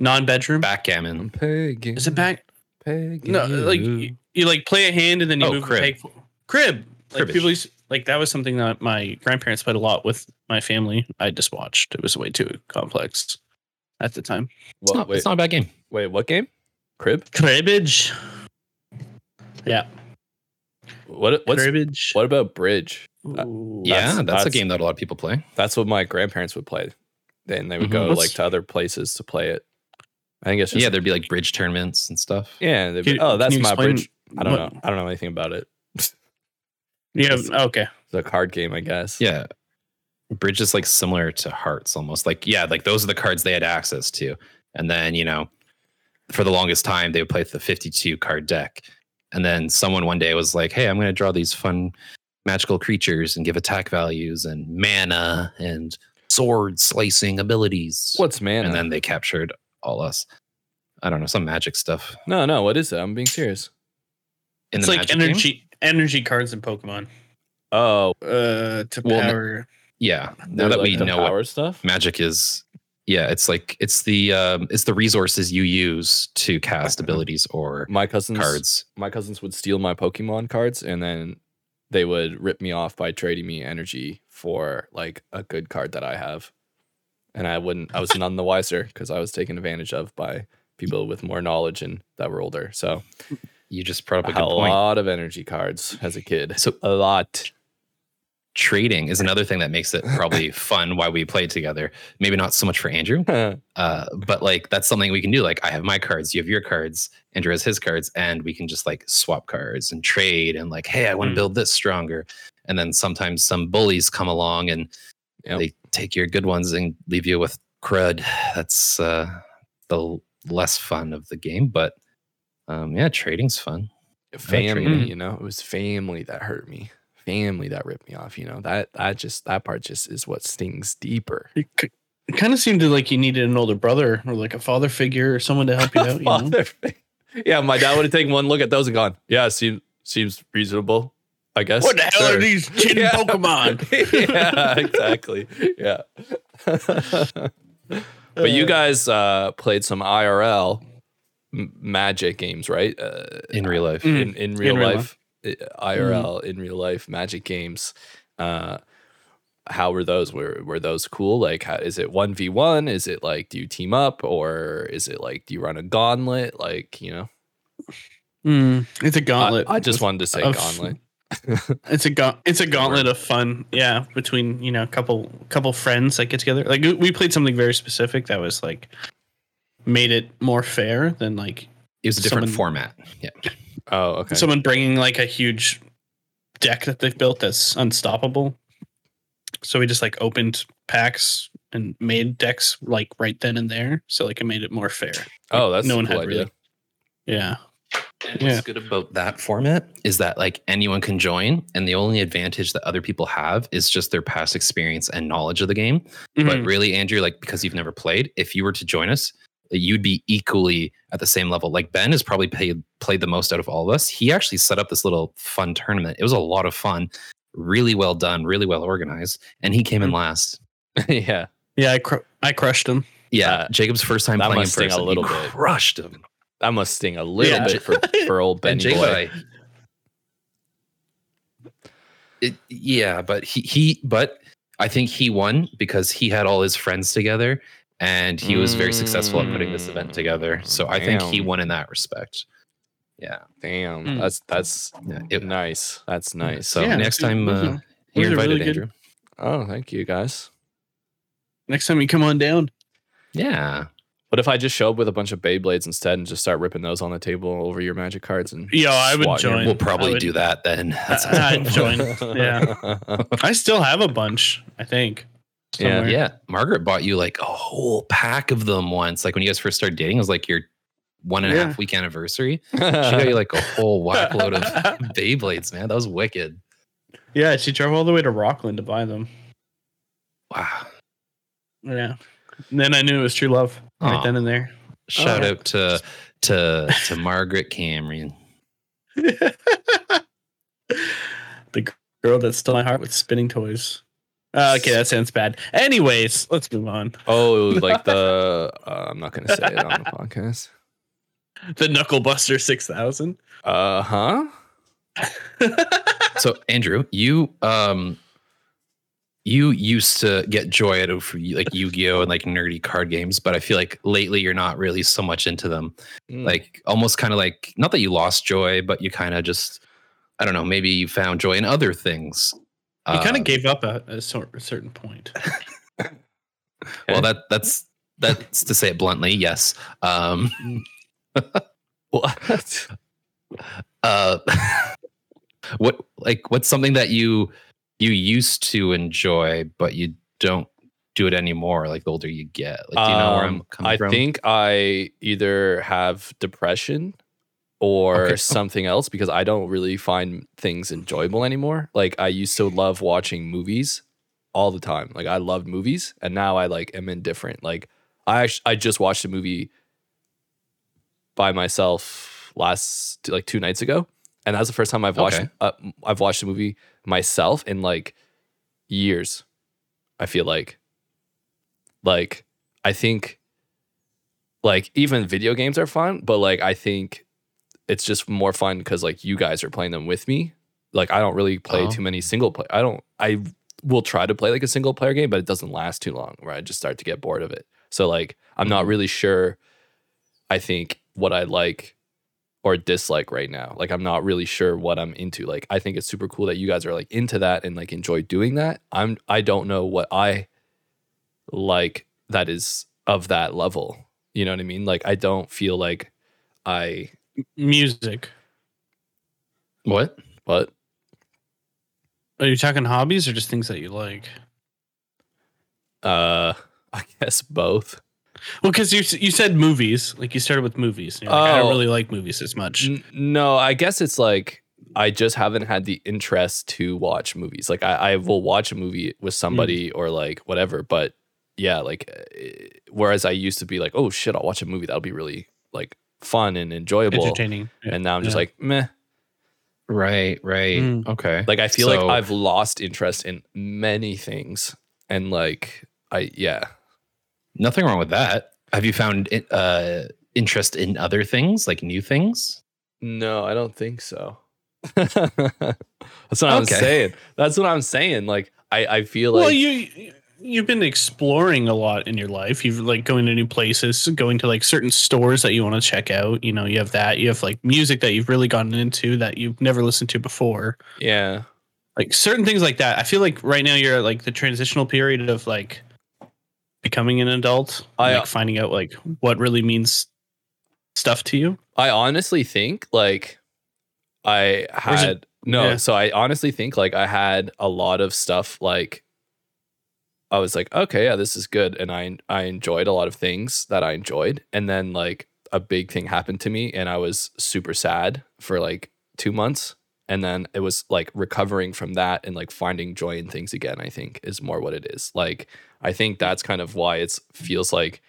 [SPEAKER 3] non-bedroom
[SPEAKER 1] I'm
[SPEAKER 4] Backgammon.
[SPEAKER 1] pegging.
[SPEAKER 3] is it back
[SPEAKER 1] Pegging
[SPEAKER 3] No, like
[SPEAKER 1] you.
[SPEAKER 3] you, you like play a hand and then you
[SPEAKER 4] Oh,
[SPEAKER 3] move
[SPEAKER 4] crib.
[SPEAKER 3] the peg. Crib. Like
[SPEAKER 4] Cribbage.
[SPEAKER 3] people used like that was something that my grandparents played a lot with my family. I just watched. It was way too complex at the time.
[SPEAKER 4] It's
[SPEAKER 1] What-
[SPEAKER 4] not,
[SPEAKER 1] wait,
[SPEAKER 4] it's not a bad game.
[SPEAKER 1] wait, what game? Crib?
[SPEAKER 3] Cribbage.
[SPEAKER 1] What? What's,
[SPEAKER 3] Cribbage.
[SPEAKER 1] what about bridge?
[SPEAKER 3] Ooh.
[SPEAKER 4] yeah,
[SPEAKER 1] that's-
[SPEAKER 4] that's, a
[SPEAKER 1] that's-
[SPEAKER 4] game that a lot of people play.
[SPEAKER 1] That's what my grandparents would play. Then they would
[SPEAKER 4] Mhm.
[SPEAKER 1] go
[SPEAKER 3] What's-
[SPEAKER 1] like to other places to play it. I think it's just
[SPEAKER 4] yeah, there'd be like bridge tournaments and stuff.
[SPEAKER 1] yeah. They'd
[SPEAKER 3] Can
[SPEAKER 1] be,
[SPEAKER 3] you-
[SPEAKER 1] oh, that's
[SPEAKER 3] can you
[SPEAKER 1] my
[SPEAKER 3] explain
[SPEAKER 1] bridge. I don't
[SPEAKER 3] what-
[SPEAKER 1] know. I don't know anything about it.
[SPEAKER 3] Yeah. Okay.
[SPEAKER 1] It's a card game, I guess.
[SPEAKER 4] Yeah. Bridge is like similar to hearts almost. Like, yeah, like those are the cards they had access to. And then, you know, for the longest time, they would play the 52 card deck. And then someone one day was like, hey, I'm going to draw these fun magical creatures and give attack values and mana and sword slicing abilities.
[SPEAKER 1] What's mana?
[SPEAKER 4] And then they captured all us. I don't know, some magic stuff.
[SPEAKER 1] no, no. What is it? I'm being serious.
[SPEAKER 4] In
[SPEAKER 3] it's
[SPEAKER 4] the
[SPEAKER 3] like
[SPEAKER 4] magic game?
[SPEAKER 3] energy energy cards in Pokemon.
[SPEAKER 1] Oh,
[SPEAKER 3] Uh, to
[SPEAKER 4] Well, no-
[SPEAKER 3] power.
[SPEAKER 4] Yeah.
[SPEAKER 1] they're
[SPEAKER 4] Now that
[SPEAKER 1] like
[SPEAKER 4] we
[SPEAKER 1] the
[SPEAKER 4] know what
[SPEAKER 1] power stuff.
[SPEAKER 4] magic is yeah it's like it's the um it's the resources you use to cast abilities or
[SPEAKER 1] My cousins.
[SPEAKER 4] cards
[SPEAKER 1] My cousins would steal my Pokemon cards, and then they would rip me off by trading me energy for like a good card that I have, and I wouldn't. I was none the wiser because I was taken advantage of by people with more knowledge and that were older. So
[SPEAKER 4] you just brought up a
[SPEAKER 1] I
[SPEAKER 4] good
[SPEAKER 1] had a
[SPEAKER 4] point
[SPEAKER 1] lot of energy cards as a kid.
[SPEAKER 4] So-
[SPEAKER 1] a lot.
[SPEAKER 4] trading is another thing that makes it probably fun why we play together maybe not so much for andrew uh but like that's something we can do like i have my cards you have your cards andrew has his cards and we can just like swap cards and trade and like hey i want to
[SPEAKER 3] Mhm.
[SPEAKER 4] build this stronger and then sometimes some bullies come along and
[SPEAKER 1] Yep.
[SPEAKER 4] they take your good ones and leave you with crud that's uh the l- less fun of the game but um yeah trading's fun
[SPEAKER 1] family,
[SPEAKER 3] true.
[SPEAKER 1] you know, it was family that hurt me. Family that ripped me off, you know. That that just that part just is what stings deeper.
[SPEAKER 3] It, k- it kind of seemed to like you needed an older brother or like a father figure or someone to help you out. You know?
[SPEAKER 1] Father fig- yeah, my dad would have taken one look at those and gone, Yeah, seems seems reasonable, I guess.
[SPEAKER 3] What the hell
[SPEAKER 1] Sure."
[SPEAKER 3] are these kid
[SPEAKER 1] Yeah.
[SPEAKER 3] Pokemon?
[SPEAKER 1] yeah, exactly. Yeah. but you guys uh played some IRL m- magic games, right? Uh
[SPEAKER 4] in real life
[SPEAKER 3] Mm.
[SPEAKER 1] in, in real
[SPEAKER 3] real
[SPEAKER 1] life, Mm-hmm. i- IRL in real life magic games. Uh, how were those? Were were those cool? Like, how, is it one v one? Is it like do you team up or is it like do you run a gauntlet? Like you know,
[SPEAKER 3] Mm, it's a gauntlet.
[SPEAKER 1] I, I just wanted to say
[SPEAKER 3] of-
[SPEAKER 1] gauntlet.
[SPEAKER 3] it's a ga- it's a gauntlet of fun. Yeah, between you know a couple couple friends that get together. Like we played something very specific that was like made it more fair than like
[SPEAKER 4] it was a different
[SPEAKER 3] Someone-
[SPEAKER 4] format yeah
[SPEAKER 1] Oh, okay.
[SPEAKER 3] someone bringing like a huge deck that they've built that's unstoppable. So we just like opened packs and made decks like right then and there. So like it made it more fair.
[SPEAKER 1] oh, that's
[SPEAKER 3] no
[SPEAKER 1] no
[SPEAKER 3] one
[SPEAKER 1] a cool
[SPEAKER 3] had
[SPEAKER 1] idea.
[SPEAKER 3] really. Yeah.
[SPEAKER 4] And
[SPEAKER 3] Yeah.
[SPEAKER 4] what's good about that format is that like anyone can join, and the only advantage that other people have is just their past experience and knowledge of the game. But
[SPEAKER 1] Mm-hmm.
[SPEAKER 3] Mhm.
[SPEAKER 4] really, Andrew, like because you've never played, if you were to join us, you'd be equally at the same level. Like Ben has probably paid, played the most out of all of us. He actually set up this little fun tournament. It was a lot of fun, really well done, really well organized, and he came in
[SPEAKER 1] Mm.
[SPEAKER 3] Mhm.
[SPEAKER 4] last.
[SPEAKER 1] yeah,
[SPEAKER 3] yeah, I cr- I crushed him.
[SPEAKER 4] Yeah,
[SPEAKER 1] Uh,
[SPEAKER 4] Jacob's first time
[SPEAKER 1] that
[SPEAKER 4] playing in
[SPEAKER 1] must sting a
[SPEAKER 4] person, he
[SPEAKER 1] little bit.
[SPEAKER 4] crushed him.
[SPEAKER 1] that must sting a little
[SPEAKER 3] Yeah.
[SPEAKER 1] bit for, for old
[SPEAKER 4] Ben
[SPEAKER 1] Benny boy.
[SPEAKER 4] It, yeah, but he he but I think he won because he had all his friends together and he was very successful at putting this event together. So I think he
[SPEAKER 1] Damn.
[SPEAKER 4] won in that respect. Yeah.
[SPEAKER 1] Damn,
[SPEAKER 3] Hmm.
[SPEAKER 1] that's that's
[SPEAKER 4] yeah it-
[SPEAKER 1] nice. That's nice.
[SPEAKER 4] So
[SPEAKER 3] Mm. Yeah, Mm-hmm.
[SPEAKER 4] next
[SPEAKER 3] it was-
[SPEAKER 4] time
[SPEAKER 3] it was a-
[SPEAKER 4] uh, you're
[SPEAKER 3] it was a
[SPEAKER 4] invited,
[SPEAKER 3] really good-
[SPEAKER 4] Andrew.
[SPEAKER 1] Oh, thank you guys.
[SPEAKER 3] Next time you come on down.
[SPEAKER 4] Yeah.
[SPEAKER 1] What if I just show up with a bunch of Beyblades instead and just start ripping those on the table over your magic cards and
[SPEAKER 3] Yo, I would
[SPEAKER 1] swatting your
[SPEAKER 3] join.
[SPEAKER 4] We'll
[SPEAKER 1] bull-
[SPEAKER 4] probably
[SPEAKER 3] would-
[SPEAKER 4] do that then. That's
[SPEAKER 3] I'd join. Yeah. I still have a bunch, I think.
[SPEAKER 1] Yeah.
[SPEAKER 3] somewhere.
[SPEAKER 4] Yeah, Margaret bought you like a whole pack of them once. Like when you guys first started dating, it was like your one and a half
[SPEAKER 3] Yeah.
[SPEAKER 4] week anniversary. She got you like a whole whack load of Beyblades, man. That was wicked.
[SPEAKER 3] Yeah, she drove all the way to Rockland to buy them.
[SPEAKER 4] Wow.
[SPEAKER 3] Yeah. And then I knew it was true love right
[SPEAKER 4] Aw.
[SPEAKER 3] then and there.
[SPEAKER 4] Shout
[SPEAKER 3] Oh.
[SPEAKER 4] out to to to Margaret Cameron.
[SPEAKER 3] the girl that stole my heart with spinning toys. Uh, okay, that sounds bad. Anyways, let's move on.
[SPEAKER 1] oh, like the uh, I'm not gonna say it on the podcast.
[SPEAKER 3] The Knucklebuster 6000.
[SPEAKER 1] Uh huh.
[SPEAKER 4] So Andrew, you um you used to get joy out of like Yu-Gi-Oh and like nerdy card games, but I feel like lately you're not really so much into them. like almost kind of like not that you lost joy but you kind of just i don't know maybe you found joy in other things
[SPEAKER 3] You kind
[SPEAKER 4] Uh,
[SPEAKER 3] of gave up at a, sor- a certain point.
[SPEAKER 4] well that that's that's to say it bluntly yes um
[SPEAKER 1] what?
[SPEAKER 4] uh what like what's something that you you used to enjoy but you don't do it anymore like the older you get like do you know where i'm
[SPEAKER 1] Um,
[SPEAKER 4] coming
[SPEAKER 1] I
[SPEAKER 4] from
[SPEAKER 1] think I either have depression or
[SPEAKER 4] Okay.
[SPEAKER 1] something else because I don't really find things enjoyable anymore. Like I used to love watching movies all the time. Like I loved movies and now I like am indifferent. Like I act- I just watched a movie by myself last like two nights ago and that's the first time I've watched
[SPEAKER 4] Okay.
[SPEAKER 1] uh, I've watched a movie myself in like years. I feel like like I think like even video games are fun, but like I think it's just more fun because like you guys are playing them with me. Like I don't really play
[SPEAKER 4] Oh.
[SPEAKER 1] too many single play. I don't. I will try to play like a single player game, but it doesn't last too long, where I just start to get bored of it. So like I'm not really sure. I think what I like or dislike right now. Like I'm not really sure what I'm into. Like I think it's super cool that you guys are like into that and like enjoy doing that. I'm I don't know what I like that is of that level. You know what I mean? Like I don't feel like I
[SPEAKER 3] Music.
[SPEAKER 4] what
[SPEAKER 1] what
[SPEAKER 3] Are you talking hobbies or just things that you like?
[SPEAKER 1] uh I guess both.
[SPEAKER 3] Well, because you s- you said movies, like you started with movies. And you're like, I
[SPEAKER 1] Oh.
[SPEAKER 3] don't really like movies as much.
[SPEAKER 1] N- no, I guess it's like I just haven't had the interest to watch movies. Like I, I will watch a movie with
[SPEAKER 3] Hmm.
[SPEAKER 1] somebody or like whatever, but yeah, like eh, whereas I used to be like, oh shit, I'll watch a movie that'll be really like fun and enjoyable,
[SPEAKER 3] Entertaining. Yeah.
[SPEAKER 1] and now I'm just
[SPEAKER 3] Yeah.
[SPEAKER 1] like meh.
[SPEAKER 4] right right
[SPEAKER 3] Mm.
[SPEAKER 4] okay
[SPEAKER 1] Hmm. Like I feel
[SPEAKER 4] So-
[SPEAKER 1] like I've lost interest in many things, and like I yeah,
[SPEAKER 4] nothing wrong with that have you found uh interest in other things like new things
[SPEAKER 1] No, I don't think so. That's what I'm
[SPEAKER 4] Okay.
[SPEAKER 1] saying. That's what I'm saying. Like I, I feel like
[SPEAKER 3] well, you you've been exploring a lot in your life. You've like going to new places, going to like certain stores that you want to check out. You know, you have that. You have like music that you've really gotten into that you've never listened to before.
[SPEAKER 1] yeah.
[SPEAKER 3] Like certain things like that. I feel like right now you're at like the transitional period of like becoming an adult,
[SPEAKER 1] I- uh,
[SPEAKER 3] like finding out like what really means stuff to you.
[SPEAKER 1] I honestly think like I
[SPEAKER 3] Where's it-
[SPEAKER 1] had no,
[SPEAKER 3] Yeah.
[SPEAKER 1] so I honestly think like I had a lot of stuff like I was like, okay, yeah, this is good. And I I enjoyed a lot of things that I enjoyed. And then like a big thing happened to me and I was super sad for like two months. And then it was like recovering from that and like finding joy in things again, I think is more what it is. Like I think that's kind of why it's feels like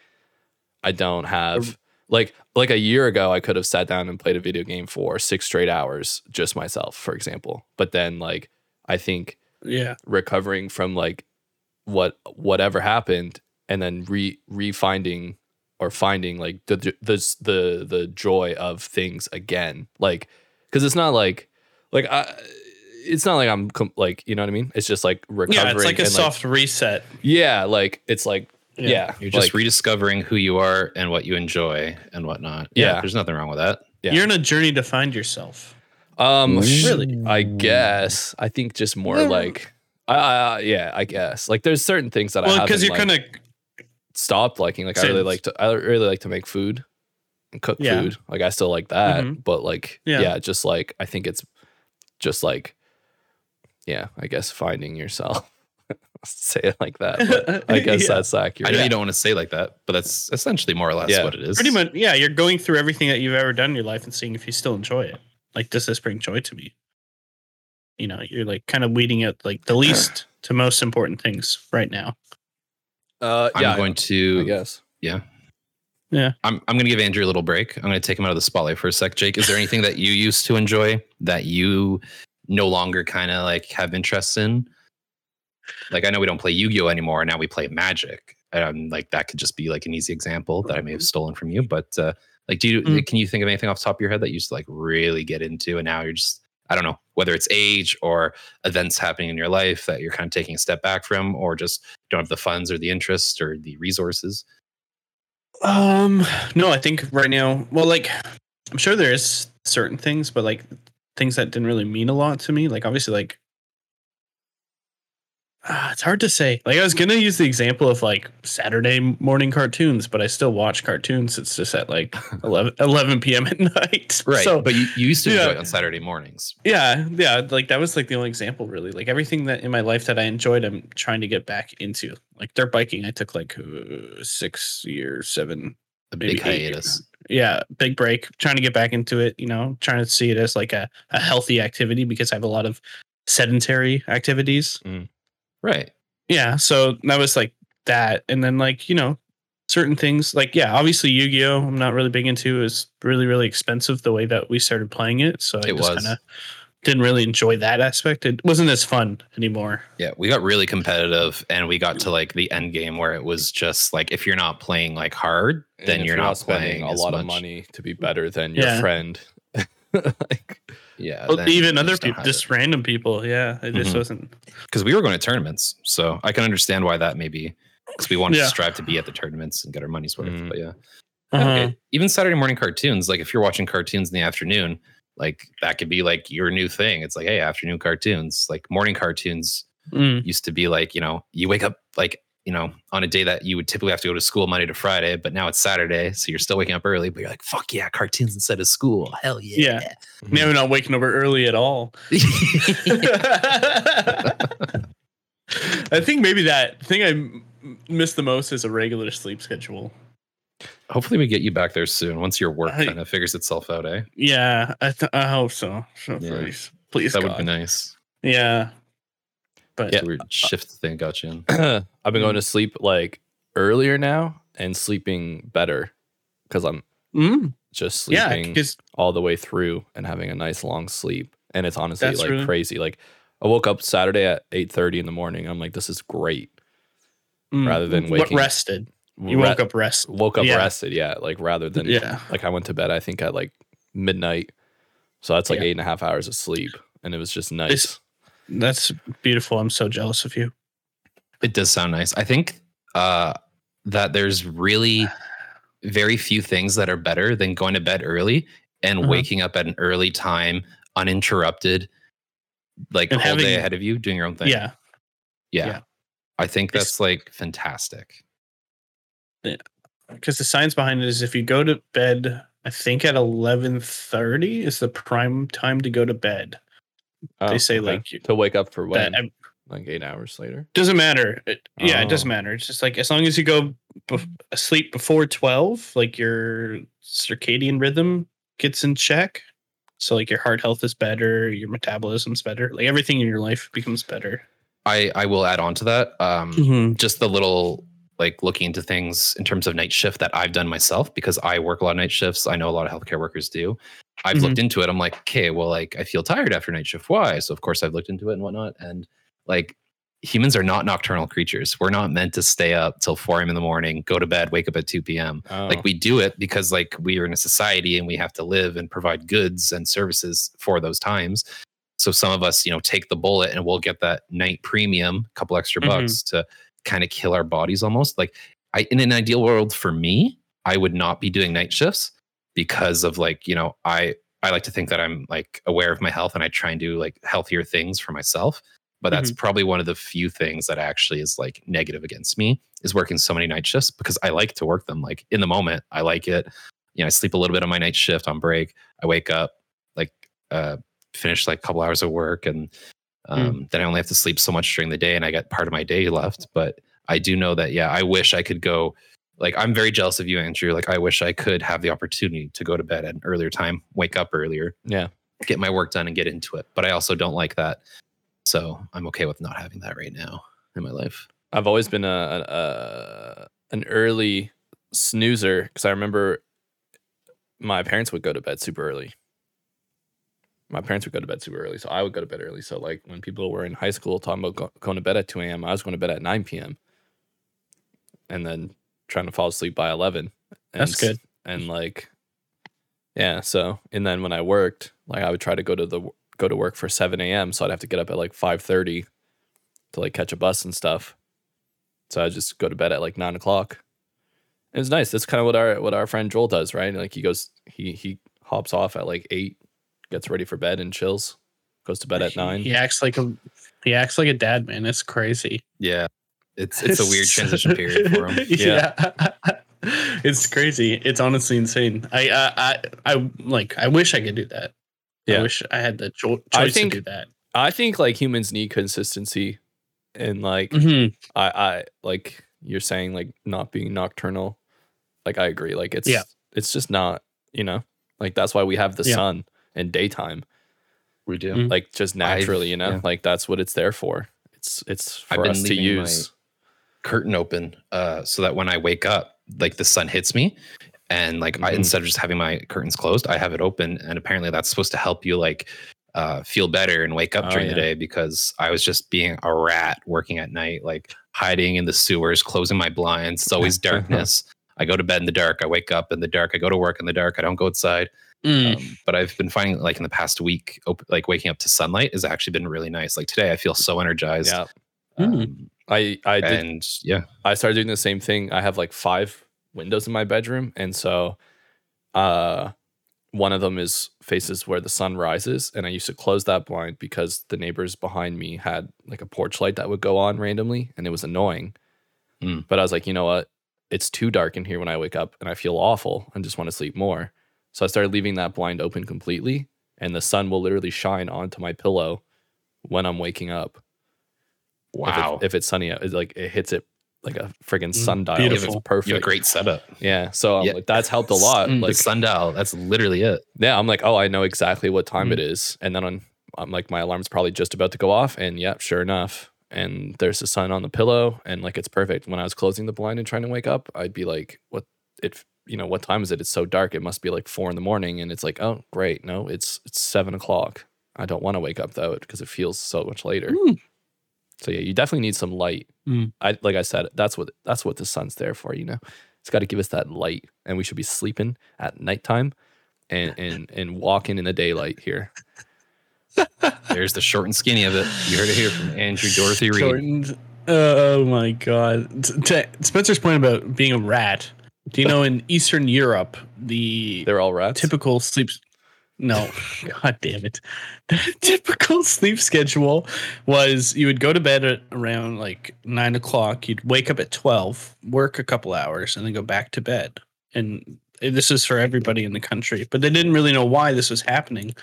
[SPEAKER 1] I don't have like like a year ago I could have sat down and played a video game for six straight hours just myself, for example. But then like I think
[SPEAKER 3] Yeah.
[SPEAKER 1] recovering from like what whatever happened and then re refinding or finding like the the the the joy of things again like because it's not like like i it's not like i'm com- like you know what i mean it's just like recovering
[SPEAKER 3] Yeah, it's like a
[SPEAKER 1] and,
[SPEAKER 3] soft reset.
[SPEAKER 1] yeah like it's like Yeah.
[SPEAKER 4] You're just
[SPEAKER 1] like,
[SPEAKER 4] rediscovering who you are and what you enjoy and whatnot.
[SPEAKER 1] Yeah.
[SPEAKER 4] There's nothing wrong with that.
[SPEAKER 1] Yeah.
[SPEAKER 3] You're on a journey to find yourself.
[SPEAKER 1] um
[SPEAKER 3] Really?
[SPEAKER 1] I guess. I think just more
[SPEAKER 3] Hmm. Yeah.
[SPEAKER 1] like I, I I- yeah, I guess. Like there's certain things that I
[SPEAKER 3] Well,
[SPEAKER 1] haven't,
[SPEAKER 3] because you're
[SPEAKER 1] like,
[SPEAKER 3] kind of
[SPEAKER 1] stopped liking. Like I really
[SPEAKER 3] Since.
[SPEAKER 1] like to I really like to make food and cook
[SPEAKER 3] Yeah.
[SPEAKER 1] food. Like I still like that,
[SPEAKER 3] Mhm.
[SPEAKER 1] but like yeah.
[SPEAKER 3] Yeah.
[SPEAKER 1] just like I think it's just like yeah, I guess finding yourself. Say it like that. but I guess
[SPEAKER 3] Yeah.
[SPEAKER 1] that's
[SPEAKER 4] I
[SPEAKER 1] accurate.
[SPEAKER 4] know you don't want to say like that, but that's essentially more or less
[SPEAKER 1] Yeah.
[SPEAKER 4] what it is.
[SPEAKER 3] pretty much. Yeah, you're going through everything that you've ever done in your life and seeing if you still enjoy it. Like, does this bring joy to me? You know, you're like kind of weeding out like the least to most important things right now.
[SPEAKER 1] Uh,
[SPEAKER 4] I'm
[SPEAKER 1] yeah, I-
[SPEAKER 4] going
[SPEAKER 1] I,
[SPEAKER 4] to
[SPEAKER 1] guess.
[SPEAKER 4] I'm I'm gonna give Andrew a little break. I'm gonna take him out of the spotlight for a sec. Jake, is there anything that you used to enjoy that you no longer kind of like have interest in? Like I know we don't play Yu-Gi-Oh anymore. Now we play Magic. Um, like that could just be like an easy example that I may have stolen from you. But uh, like, do you
[SPEAKER 3] Mm.
[SPEAKER 4] can you think of anything off the top of your head that you used to like really get into, and now you're just I don't know whether it's age or events happening in your life that you're kind of taking a step back from, or just don't have the funds or the interest or the resources.
[SPEAKER 3] Um, no, I think right now, well, like, I'm sure there is certain things, but like things that didn't really mean a lot to me. Like, obviously, like, ah, it's hard to say. Like, I was gonna use the example of like Saturday morning cartoons, but I still watch cartoons. It's just at like 11, 11 p.m. at night.
[SPEAKER 4] Right.
[SPEAKER 3] So,
[SPEAKER 4] but you, you used to enjoy
[SPEAKER 3] Yeah.
[SPEAKER 4] it on Saturday mornings.
[SPEAKER 3] yeah, yeah, like that was like the only example, really. Like, everything that in my life that I enjoyed, I'm trying to get back into. Like, dirt biking, I took like uh, six years, seven
[SPEAKER 4] A
[SPEAKER 3] Maybe
[SPEAKER 4] big
[SPEAKER 3] eight years.
[SPEAKER 4] hiatus.
[SPEAKER 3] yeah, big break, trying to get back into it, you know, trying to see it as like a, a healthy activity because I have a lot of sedentary activities.
[SPEAKER 4] Right.
[SPEAKER 3] Yeah. So that was like that. And then like, you know, certain things like, yeah, obviously Yu-Gi-Oh! I'm not really big into is really, really expensive the way that we started playing it. So I
[SPEAKER 4] It
[SPEAKER 3] just
[SPEAKER 4] was.
[SPEAKER 3] kind of didn't really enjoy that aspect. It wasn't as fun anymore.
[SPEAKER 4] Yeah. We got really competitive and we got to like the end game where it was just like if you're not playing like hard,
[SPEAKER 1] And
[SPEAKER 4] then
[SPEAKER 1] if
[SPEAKER 4] you're, not,
[SPEAKER 1] spending
[SPEAKER 4] playing
[SPEAKER 1] a
[SPEAKER 4] as
[SPEAKER 1] lot of
[SPEAKER 4] much.
[SPEAKER 1] money to be better than your
[SPEAKER 3] Yeah.
[SPEAKER 1] friend. like,
[SPEAKER 4] Yeah.
[SPEAKER 3] Well, Even other people, just random people. Yeah. It just
[SPEAKER 4] Mhm.
[SPEAKER 3] wasn't.
[SPEAKER 4] because we were going to tournaments. So I can understand why that may be because we wanted
[SPEAKER 3] Yeah.
[SPEAKER 4] to strive to be at the tournaments and get our money's worth.
[SPEAKER 1] Mm.
[SPEAKER 4] But yeah.
[SPEAKER 3] Uh-huh.
[SPEAKER 4] Okay. Even Saturday morning cartoons, like if you're watching cartoons in the afternoon, like that could be like your new thing. It's like, hey, afternoon cartoons, like morning cartoons
[SPEAKER 3] Mm.
[SPEAKER 4] used to be like you know you wake up like you know on a day that you would typically have to go to school monday to friday but now it's saturday so you're still waking up early but you're like fuck yeah cartoons instead of school hell yeah
[SPEAKER 3] Yeah. Now we're not waking up early at all. I think maybe that thing I m- miss the most is a regular sleep schedule.
[SPEAKER 4] hopefully we get you back there soon once your work
[SPEAKER 3] I-
[SPEAKER 4] kind of figures itself out eh
[SPEAKER 3] Yeah, I, th- I hope so. So
[SPEAKER 4] Yeah.
[SPEAKER 3] Please, please,
[SPEAKER 4] that would
[SPEAKER 3] God.
[SPEAKER 4] be nice
[SPEAKER 3] yeah. But
[SPEAKER 4] yeah weird shift thing got you in
[SPEAKER 1] I've been going to sleep like earlier now and sleeping better because I'm
[SPEAKER 3] Mm,
[SPEAKER 1] just
[SPEAKER 3] yeah,
[SPEAKER 1] sleeping
[SPEAKER 3] because
[SPEAKER 1] all the way through and having a nice long sleep. And it's honestly
[SPEAKER 3] That's
[SPEAKER 1] like
[SPEAKER 3] really-
[SPEAKER 1] crazy. Like I woke up Saturday at 8:30 in the morning. I'm like, this is great. Rather than waking-
[SPEAKER 3] mm, rested, you woke up rest.
[SPEAKER 1] woke up
[SPEAKER 3] yeah.
[SPEAKER 1] rested, yeah. Like rather than
[SPEAKER 3] Yeah,
[SPEAKER 1] like I went to bed, I think at like midnight. So that's like
[SPEAKER 3] Yeah.
[SPEAKER 1] eight and a half hours of sleep. And it was just nice.
[SPEAKER 3] that's beautiful. I'm so jealous of you.
[SPEAKER 4] It does sound nice. I think uh, that there's really very few things that are better than going to bed early and
[SPEAKER 3] Uh-huh.
[SPEAKER 4] waking up at an early time, uninterrupted, like
[SPEAKER 3] And
[SPEAKER 4] a whole day
[SPEAKER 3] having-
[SPEAKER 4] ahead of you, doing your own thing.
[SPEAKER 3] Yeah,
[SPEAKER 4] yeah.
[SPEAKER 3] yeah.
[SPEAKER 4] I think
[SPEAKER 3] It's-
[SPEAKER 4] that's like fantastic.
[SPEAKER 3] because the science behind it is if you go to bed, I think at 11:30 is the prime time to go to bed.
[SPEAKER 1] Oh,
[SPEAKER 3] they say
[SPEAKER 1] okay.
[SPEAKER 3] like you-
[SPEAKER 1] to wake up for when?
[SPEAKER 3] that ev-
[SPEAKER 1] like eight hours later.
[SPEAKER 3] doesn't matter. It- yeah, it doesn't
[SPEAKER 1] Oh.
[SPEAKER 3] matter. It's just like as long as you go bef- asleep before 12, like your circadian rhythm gets in check. So like your heart health is better, your metabolism's better, like everything in your life becomes better.
[SPEAKER 4] I, I will add on to that. Um,
[SPEAKER 3] Mm-hmm.
[SPEAKER 4] just the little like looking into things in terms of night shift that I've done myself because I work a lot of night shifts. I know a lot of healthcare workers do. I've looked into it. I'm like, okay, well, like I feel tired after night shift. Why? So of course I've looked into it and whatnot. And like humans are not nocturnal creatures. We're not meant to stay up till 4 a.m. in the morning, go to bed, wake up at 2 p.m
[SPEAKER 1] Oh.
[SPEAKER 4] like we do it because like we are in a society and we have to live and provide goods and services for those times so some of us you know take the bullet and we'll get that night premium a couple extra
[SPEAKER 3] Mhm.
[SPEAKER 4] bucks to kind of kill our bodies almost like I in an ideal world for me, I would not be doing night shifts because of like, you know, I I like to think that I'm like aware of my health and I try and do like healthier things for myself. But that's probably one of the few things that actually is like negative against me is working so many night shifts because I like to work them. Like in the moment, I like it. You know, I sleep a little bit on my night shift on break. I wake up, like uh finish like a couple hours of work and um, then I only have to sleep so much during the day and I got part of my day left. But I do know that, yeah, I wish I could go. Like, I'm very jealous of you, Andrew. Like, I wish I could have the opportunity to go to bed at an earlier time, wake up earlier,
[SPEAKER 1] Yeah.
[SPEAKER 4] get my work done and get into it. But I also don't like that. So I'm okay with not having that right now in my life.
[SPEAKER 1] I've always been a, a, a an early snoozer because I remember my parents would go to bed super early. My parents would go to bed super early, so I would go to bed early. So like when people were in high school talking about go- going to bed at two a.m., I was going to bed at nine p.m. and then trying to fall asleep by eleven. And
[SPEAKER 3] That's
[SPEAKER 1] s-
[SPEAKER 3] good.
[SPEAKER 1] And like, yeah. So and then when I worked, like I would try to go to the w- go to work for seven a.m. So I'd have to get up at like five thirty to like catch a bus and stuff. So I just go to bed at like nine o'clock. It was nice. That's kind of what our what our friend Joel does, right? Like he goes, he he hops off at like eight, gets ready for bed and chills, goes to bed at nine.
[SPEAKER 3] He acts like a he acts like a dad, man. It's crazy.
[SPEAKER 4] Yeah. It's, it's a weird transition period for him.
[SPEAKER 1] Yeah.
[SPEAKER 3] yeah. It's crazy. It's honestly insane. I, I I I like. I wish I could do that.
[SPEAKER 1] Yeah.
[SPEAKER 3] I wish I had the cho-
[SPEAKER 1] I
[SPEAKER 3] choice
[SPEAKER 1] think-
[SPEAKER 3] to do that.
[SPEAKER 1] I think like humans need consistency, and like
[SPEAKER 3] Mhm.
[SPEAKER 1] I I like you're saying like not being nocturnal. Like I agree. Like it's
[SPEAKER 3] Yeah.
[SPEAKER 1] it's just not you know like that's why we have the
[SPEAKER 3] Yeah.
[SPEAKER 1] sun and daytime.
[SPEAKER 4] We do.
[SPEAKER 3] Mm.
[SPEAKER 1] Like just naturally, you know,
[SPEAKER 4] yeah.
[SPEAKER 1] like that's what it's there for. It's it's
[SPEAKER 4] I've
[SPEAKER 1] for
[SPEAKER 4] been
[SPEAKER 1] us to
[SPEAKER 4] leaving my-
[SPEAKER 1] use.
[SPEAKER 4] curtain open uh, so that when I wake up, like the sun hits me. And like I,
[SPEAKER 1] Mhm.
[SPEAKER 4] instead of just having my curtains closed, I have it open. And apparently that's supposed to help you like uh, feel better and wake up
[SPEAKER 1] Oh,
[SPEAKER 4] during
[SPEAKER 1] yeah.
[SPEAKER 4] the day because I was just being a rat working at night, like hiding in the sewers, closing my blinds. It's always darkness. I go to bed in the dark. I wake up in the dark. I go to work in the dark. I don't go outside.
[SPEAKER 1] Hmm.
[SPEAKER 3] Mm.
[SPEAKER 4] Um, but I've been finding like in the past week, op- like waking up to sunlight has actually been really nice. Like today, I feel so energized.
[SPEAKER 1] Yeah,
[SPEAKER 3] Mm.
[SPEAKER 4] Um,
[SPEAKER 1] I I did
[SPEAKER 4] and yeah,
[SPEAKER 1] I started doing the same thing. I have like five windows in my bedroom, and so uh one of them is faces where the sun rises, and I used to close that blind because the neighbors behind me had like a porch light that would go on randomly and it was annoying.
[SPEAKER 4] Hmm.
[SPEAKER 1] But I was like, you know what? It's too dark in here when I wake up and I feel awful and just want to sleep more. So I started leaving that blind open completely, and the sun will literally shine onto my pillow when I'm waking up. If it-
[SPEAKER 4] wow.
[SPEAKER 1] If, it's sunny out, it's like it hits it like a friggin'
[SPEAKER 3] Mm,
[SPEAKER 1] sundial.
[SPEAKER 3] beautiful. You
[SPEAKER 1] Beautiful.
[SPEAKER 3] have
[SPEAKER 1] It's perfect.
[SPEAKER 4] You have a great setup.
[SPEAKER 1] Yeah. So I'm
[SPEAKER 4] Yeah.
[SPEAKER 1] like, that's helped a lot.
[SPEAKER 3] Mm.
[SPEAKER 1] Like,
[SPEAKER 4] the sundial. That's literally it.
[SPEAKER 1] yeah, I'm like, oh, I know exactly what time
[SPEAKER 3] Mm.
[SPEAKER 1] it is. And then on, I'm like, my alarm's probably just about to go off. And yep, sure enough. And there's the sun on the pillow. And like, it's perfect. When I was closing the blind and trying to wake up, I'd be like, what? It, you know, what time is it? It's so dark. It must be like four in the morning. And it's like, oh, great. No, it's, it's seven o'clock. I don't want to wake up though because it feels so much later.
[SPEAKER 3] Mm.
[SPEAKER 1] So yeah, you definitely need some light.
[SPEAKER 3] Mm.
[SPEAKER 1] I like I said, that's what that's what the sun's there for, you know. It's got to give us that light, and we should be sleeping at nighttime, and and and walking in the daylight here.
[SPEAKER 4] There's the short and skinny of it. You heard it here from Andrew Dorothy Reed.
[SPEAKER 3] Shortened. Oh my god. T- to Spencer's point about being a rat. Do you know in Eastern Europe the
[SPEAKER 1] They're all rats.
[SPEAKER 3] typical sleep no god damn it the typical sleep schedule was you would go to bed at around like nine o'clock you'd wake up at 12 work a couple hours and then go back to bed and this is for everybody in the country but they didn't really know why this was happening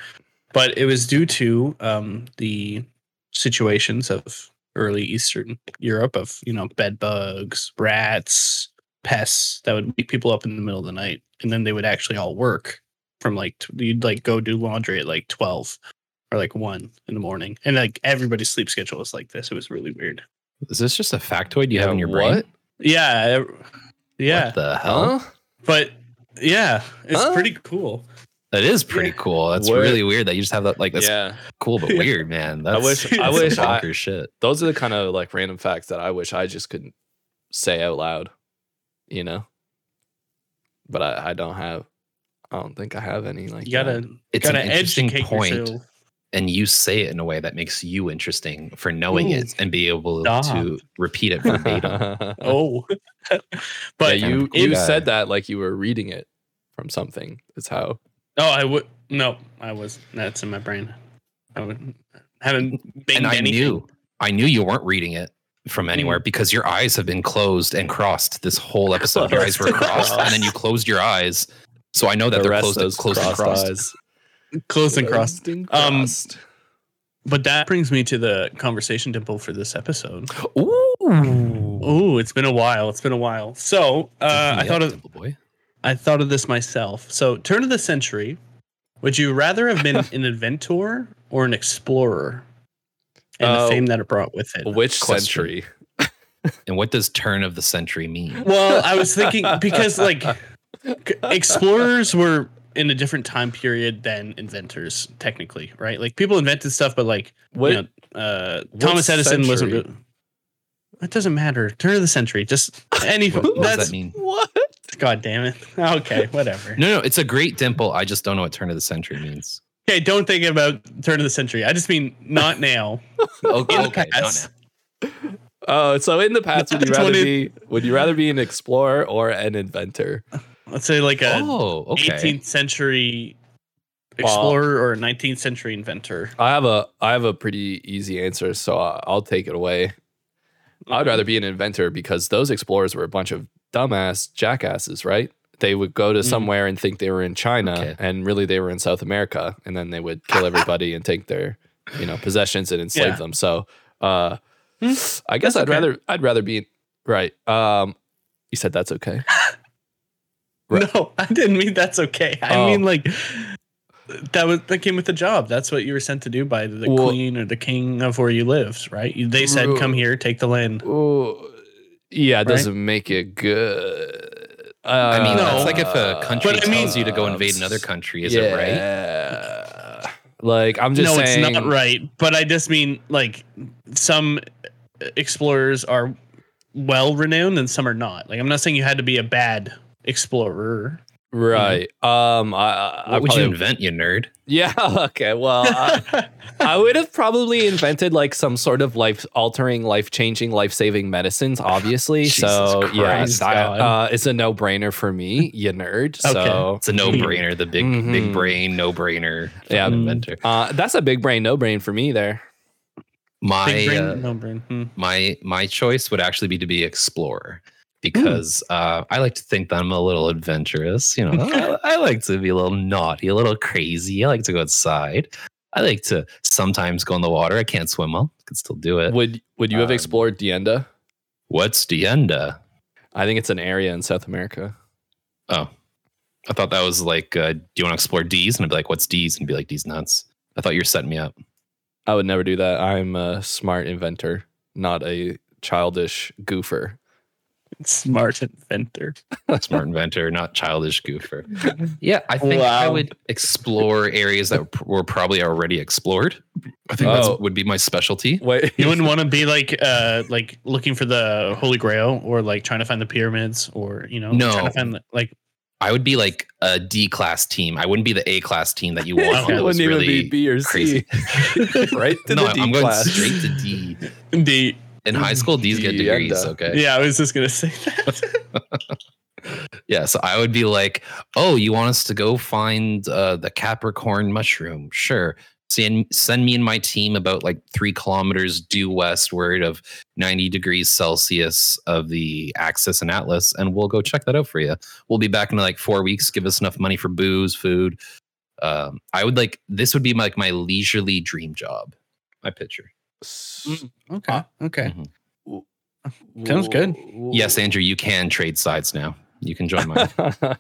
[SPEAKER 3] but it was due to um, the situations of early eastern europe of you know bed bugs rats pests that would wake people up in the middle of the night and then they would actually all work from like t- you'd like go do laundry at like 12 or like 1 in the morning and like everybody's sleep schedule was like this it was really weird
[SPEAKER 4] Is this just a factoid you have
[SPEAKER 1] Yeah,
[SPEAKER 4] in your brain?
[SPEAKER 1] what?
[SPEAKER 3] yeah ev- yeah
[SPEAKER 4] What the hell?
[SPEAKER 1] Huh?
[SPEAKER 3] but yeah it's
[SPEAKER 1] Huh?
[SPEAKER 3] pretty cool
[SPEAKER 4] That is pretty
[SPEAKER 3] Yeah.
[SPEAKER 4] cool. That's
[SPEAKER 1] Word.
[SPEAKER 4] really weird that you just have that. Like that's
[SPEAKER 1] Yeah,
[SPEAKER 4] cool but
[SPEAKER 3] Yeah.
[SPEAKER 4] weird, man. That's
[SPEAKER 1] wish-
[SPEAKER 3] I
[SPEAKER 4] that's
[SPEAKER 1] wish
[SPEAKER 4] some
[SPEAKER 1] I-
[SPEAKER 4] bonkers shit.
[SPEAKER 1] those are the kind of like random facts that I wish I just couldn't say out loud, you know. But I, I don't have. I don't think I have any like.
[SPEAKER 3] you
[SPEAKER 1] that.
[SPEAKER 3] gotta
[SPEAKER 4] It's
[SPEAKER 3] gotta
[SPEAKER 4] an interesting
[SPEAKER 3] educate
[SPEAKER 4] point.
[SPEAKER 3] yourself
[SPEAKER 4] and you say it in a way that makes you interesting for knowing it and be able
[SPEAKER 3] Stop.
[SPEAKER 4] to repeat it verbatim.
[SPEAKER 3] Oh,
[SPEAKER 1] but
[SPEAKER 3] but
[SPEAKER 4] Yeah,
[SPEAKER 1] you
[SPEAKER 4] kinda cool
[SPEAKER 1] you
[SPEAKER 4] guy.
[SPEAKER 1] said that like you were reading it from something. Is how
[SPEAKER 3] oh, I would no, I was that's in my brain. I would haven't been
[SPEAKER 4] and I
[SPEAKER 3] anything.
[SPEAKER 4] knew I knew you weren't reading it from anywhere because your eyes have been closed and crossed this whole episode. Your eyes were crossed and then you closed your eyes. So I know that
[SPEAKER 1] the
[SPEAKER 4] they're
[SPEAKER 1] rest
[SPEAKER 4] closed,
[SPEAKER 1] those
[SPEAKER 4] closed and
[SPEAKER 1] crossed
[SPEAKER 4] crossed.
[SPEAKER 1] eyes.
[SPEAKER 3] close and cross.
[SPEAKER 1] and
[SPEAKER 3] Um,
[SPEAKER 1] crossed.
[SPEAKER 3] But that brings me to the conversation dimple for this episode.
[SPEAKER 4] Ooh.
[SPEAKER 3] Oh, it's been a while. It's been a while. So uh, I
[SPEAKER 4] Yeah,
[SPEAKER 3] thought of
[SPEAKER 4] Temple boy.
[SPEAKER 3] I thought of this myself. So, turn of the century. Would you rather have been an inventor or an explorer? And
[SPEAKER 1] Oh.
[SPEAKER 3] the fame that it brought with it.
[SPEAKER 1] Which
[SPEAKER 4] Question.
[SPEAKER 1] century?
[SPEAKER 4] And what does turn of the century mean?
[SPEAKER 3] Well, I was thinking because like c- explorers were in a different time period than inventors, technically, right? Like people invented stuff, but like
[SPEAKER 1] What?
[SPEAKER 3] you know, uh,
[SPEAKER 1] what
[SPEAKER 3] Thomas Edison wasn't.
[SPEAKER 1] century?
[SPEAKER 3] Really, it doesn't matter. Turn of the century. Just any.
[SPEAKER 4] What, what
[SPEAKER 3] that's
[SPEAKER 4] does that mean?
[SPEAKER 1] What?
[SPEAKER 3] God damn it. Okay, whatever.
[SPEAKER 4] No, no, it's a great dimple. I just don't know what turn of the century means.
[SPEAKER 3] Okay, don't think about turn of the century. I just mean not now.
[SPEAKER 4] Okay,
[SPEAKER 3] in the
[SPEAKER 4] okay, not
[SPEAKER 3] past.
[SPEAKER 1] Oh, so in the past, would you
[SPEAKER 3] That's
[SPEAKER 1] rather
[SPEAKER 3] what it-
[SPEAKER 1] be would you rather be an explorer or an inventor?
[SPEAKER 3] Let's say like
[SPEAKER 4] now.
[SPEAKER 3] a
[SPEAKER 4] Oh, okay.
[SPEAKER 3] 18th century
[SPEAKER 1] Well-
[SPEAKER 3] explorer or a 19th century inventor.
[SPEAKER 1] I have a I have a pretty easy answer, so I- I'll take it away. I'd rather be an inventor because those explorers were a bunch of dumbass jackasses, right? They would go to
[SPEAKER 3] Mm.
[SPEAKER 1] somewhere and think they were in China,
[SPEAKER 4] Okay.
[SPEAKER 1] and really they were in South America, and then they would kill everybody and take their, you know, possessions and enslave
[SPEAKER 3] Yeah.
[SPEAKER 1] them. So, uh,
[SPEAKER 3] Hmm,
[SPEAKER 1] I guess
[SPEAKER 3] that's
[SPEAKER 1] I'd
[SPEAKER 3] okay.
[SPEAKER 1] rather I'd rather be right. Um, you said that's okay. Right.
[SPEAKER 3] No, I didn't mean that's okay. I
[SPEAKER 1] Oh.
[SPEAKER 3] mean like that was that came with the job. That's what you were sent to do by the
[SPEAKER 1] Well-
[SPEAKER 3] queen or the king of where you lived, right? You- They said,
[SPEAKER 1] Ru-
[SPEAKER 3] "Come here, take the land."
[SPEAKER 1] Ooh, yeah, it
[SPEAKER 3] Right?
[SPEAKER 1] doesn't make it good. Uh,
[SPEAKER 4] I mean,
[SPEAKER 3] No.
[SPEAKER 4] it's like if a country
[SPEAKER 3] But I
[SPEAKER 4] tells
[SPEAKER 3] mean-
[SPEAKER 4] you to go invade another country, is it right?
[SPEAKER 1] Yeah. Like I'm just
[SPEAKER 3] No,
[SPEAKER 1] saying.
[SPEAKER 3] it's not right. But I just mean like some explorers are well renowned and some are not. Like I'm not saying you had to be a bad explorer.
[SPEAKER 1] Right. Um. I. I I
[SPEAKER 4] Mm-hmm. What would you
[SPEAKER 1] probably-
[SPEAKER 4] invent, you nerd?
[SPEAKER 1] Yeah. Okay. Well, I, I would have probably invented like some sort of life-altering, life-changing, life-saving medicines. Obviously.
[SPEAKER 4] Jesus
[SPEAKER 1] so
[SPEAKER 4] Christ,
[SPEAKER 1] yeah, I-
[SPEAKER 3] God.
[SPEAKER 1] uh, it's a no-brainer for me. You nerd.
[SPEAKER 3] Okay.
[SPEAKER 1] So
[SPEAKER 4] It's a no-brainer. The big,
[SPEAKER 1] Mhm.
[SPEAKER 3] Mm-hmm.
[SPEAKER 4] big brain, no-brainer.
[SPEAKER 1] Yeah.
[SPEAKER 4] inventor.
[SPEAKER 3] Mm.
[SPEAKER 1] uh, that's a big brain, no brain for me there.
[SPEAKER 4] My
[SPEAKER 3] Big brain,
[SPEAKER 4] uh,
[SPEAKER 3] no brain. Hmm.
[SPEAKER 4] my my choice would actually be to be explorer because
[SPEAKER 3] Hmm.
[SPEAKER 4] uh, I like to think that I'm a little adventurous. You know, I, I like to be a little naughty, a little crazy. I like to go outside. I like to sometimes go in the water. I can't swim well. I can still do it.
[SPEAKER 1] Would Would you have
[SPEAKER 4] Um,
[SPEAKER 1] explored Dienda?
[SPEAKER 4] What's uh? Dienda?
[SPEAKER 1] I think it's an area in South America.
[SPEAKER 4] Oh, I thought that was like, uh, do you want to explore D's? And I'd be like, what's D's? And be like, D's nuts. I thought you were setting me up.
[SPEAKER 1] I would never do that. I'm a smart inventor, not a childish goofer.
[SPEAKER 3] Smart inventor.
[SPEAKER 4] smart inventor, not childish goofer. Yeah, I think I
[SPEAKER 3] Wow.
[SPEAKER 4] would explore areas that pr- were probably already explored. I think that's
[SPEAKER 1] Oh.
[SPEAKER 4] that would be my specialty.
[SPEAKER 1] Wait,
[SPEAKER 3] You wouldn't want to be like uh like looking for the Holy Grail or like trying to find the pyramids or you know
[SPEAKER 4] No.
[SPEAKER 3] trying to find the, like
[SPEAKER 4] I would be like a D class team. I wouldn't be the A class team that you want.
[SPEAKER 3] Okay.
[SPEAKER 4] That was
[SPEAKER 1] wouldn't even
[SPEAKER 4] really
[SPEAKER 1] be B or C.
[SPEAKER 4] crazy.
[SPEAKER 1] right? To
[SPEAKER 4] no,
[SPEAKER 1] the D
[SPEAKER 4] I'm going
[SPEAKER 1] class.
[SPEAKER 4] straight to D.
[SPEAKER 3] the
[SPEAKER 4] In high school, D's get
[SPEAKER 1] Dienda.
[SPEAKER 4] degrees. Okay.
[SPEAKER 3] yeah I was just gonna say that.
[SPEAKER 4] Yeah, so I would be like, "Oh, you want us to go find uh, the Capricorn mushroom? Sure. Send send me and my team about like three kilometers due westward of ninety degrees Celsius of the axis and atlas, and we'll go check that out for you. We'll be back in like four weeks. Give us enough money for booze, food. Um, I would like this would be like my leisurely dream job. My picture.
[SPEAKER 1] S-
[SPEAKER 3] okay okay
[SPEAKER 4] Mhm.
[SPEAKER 3] Sounds good.
[SPEAKER 4] Yes, Andrew, you can trade sides now. You can join mine.
[SPEAKER 1] no,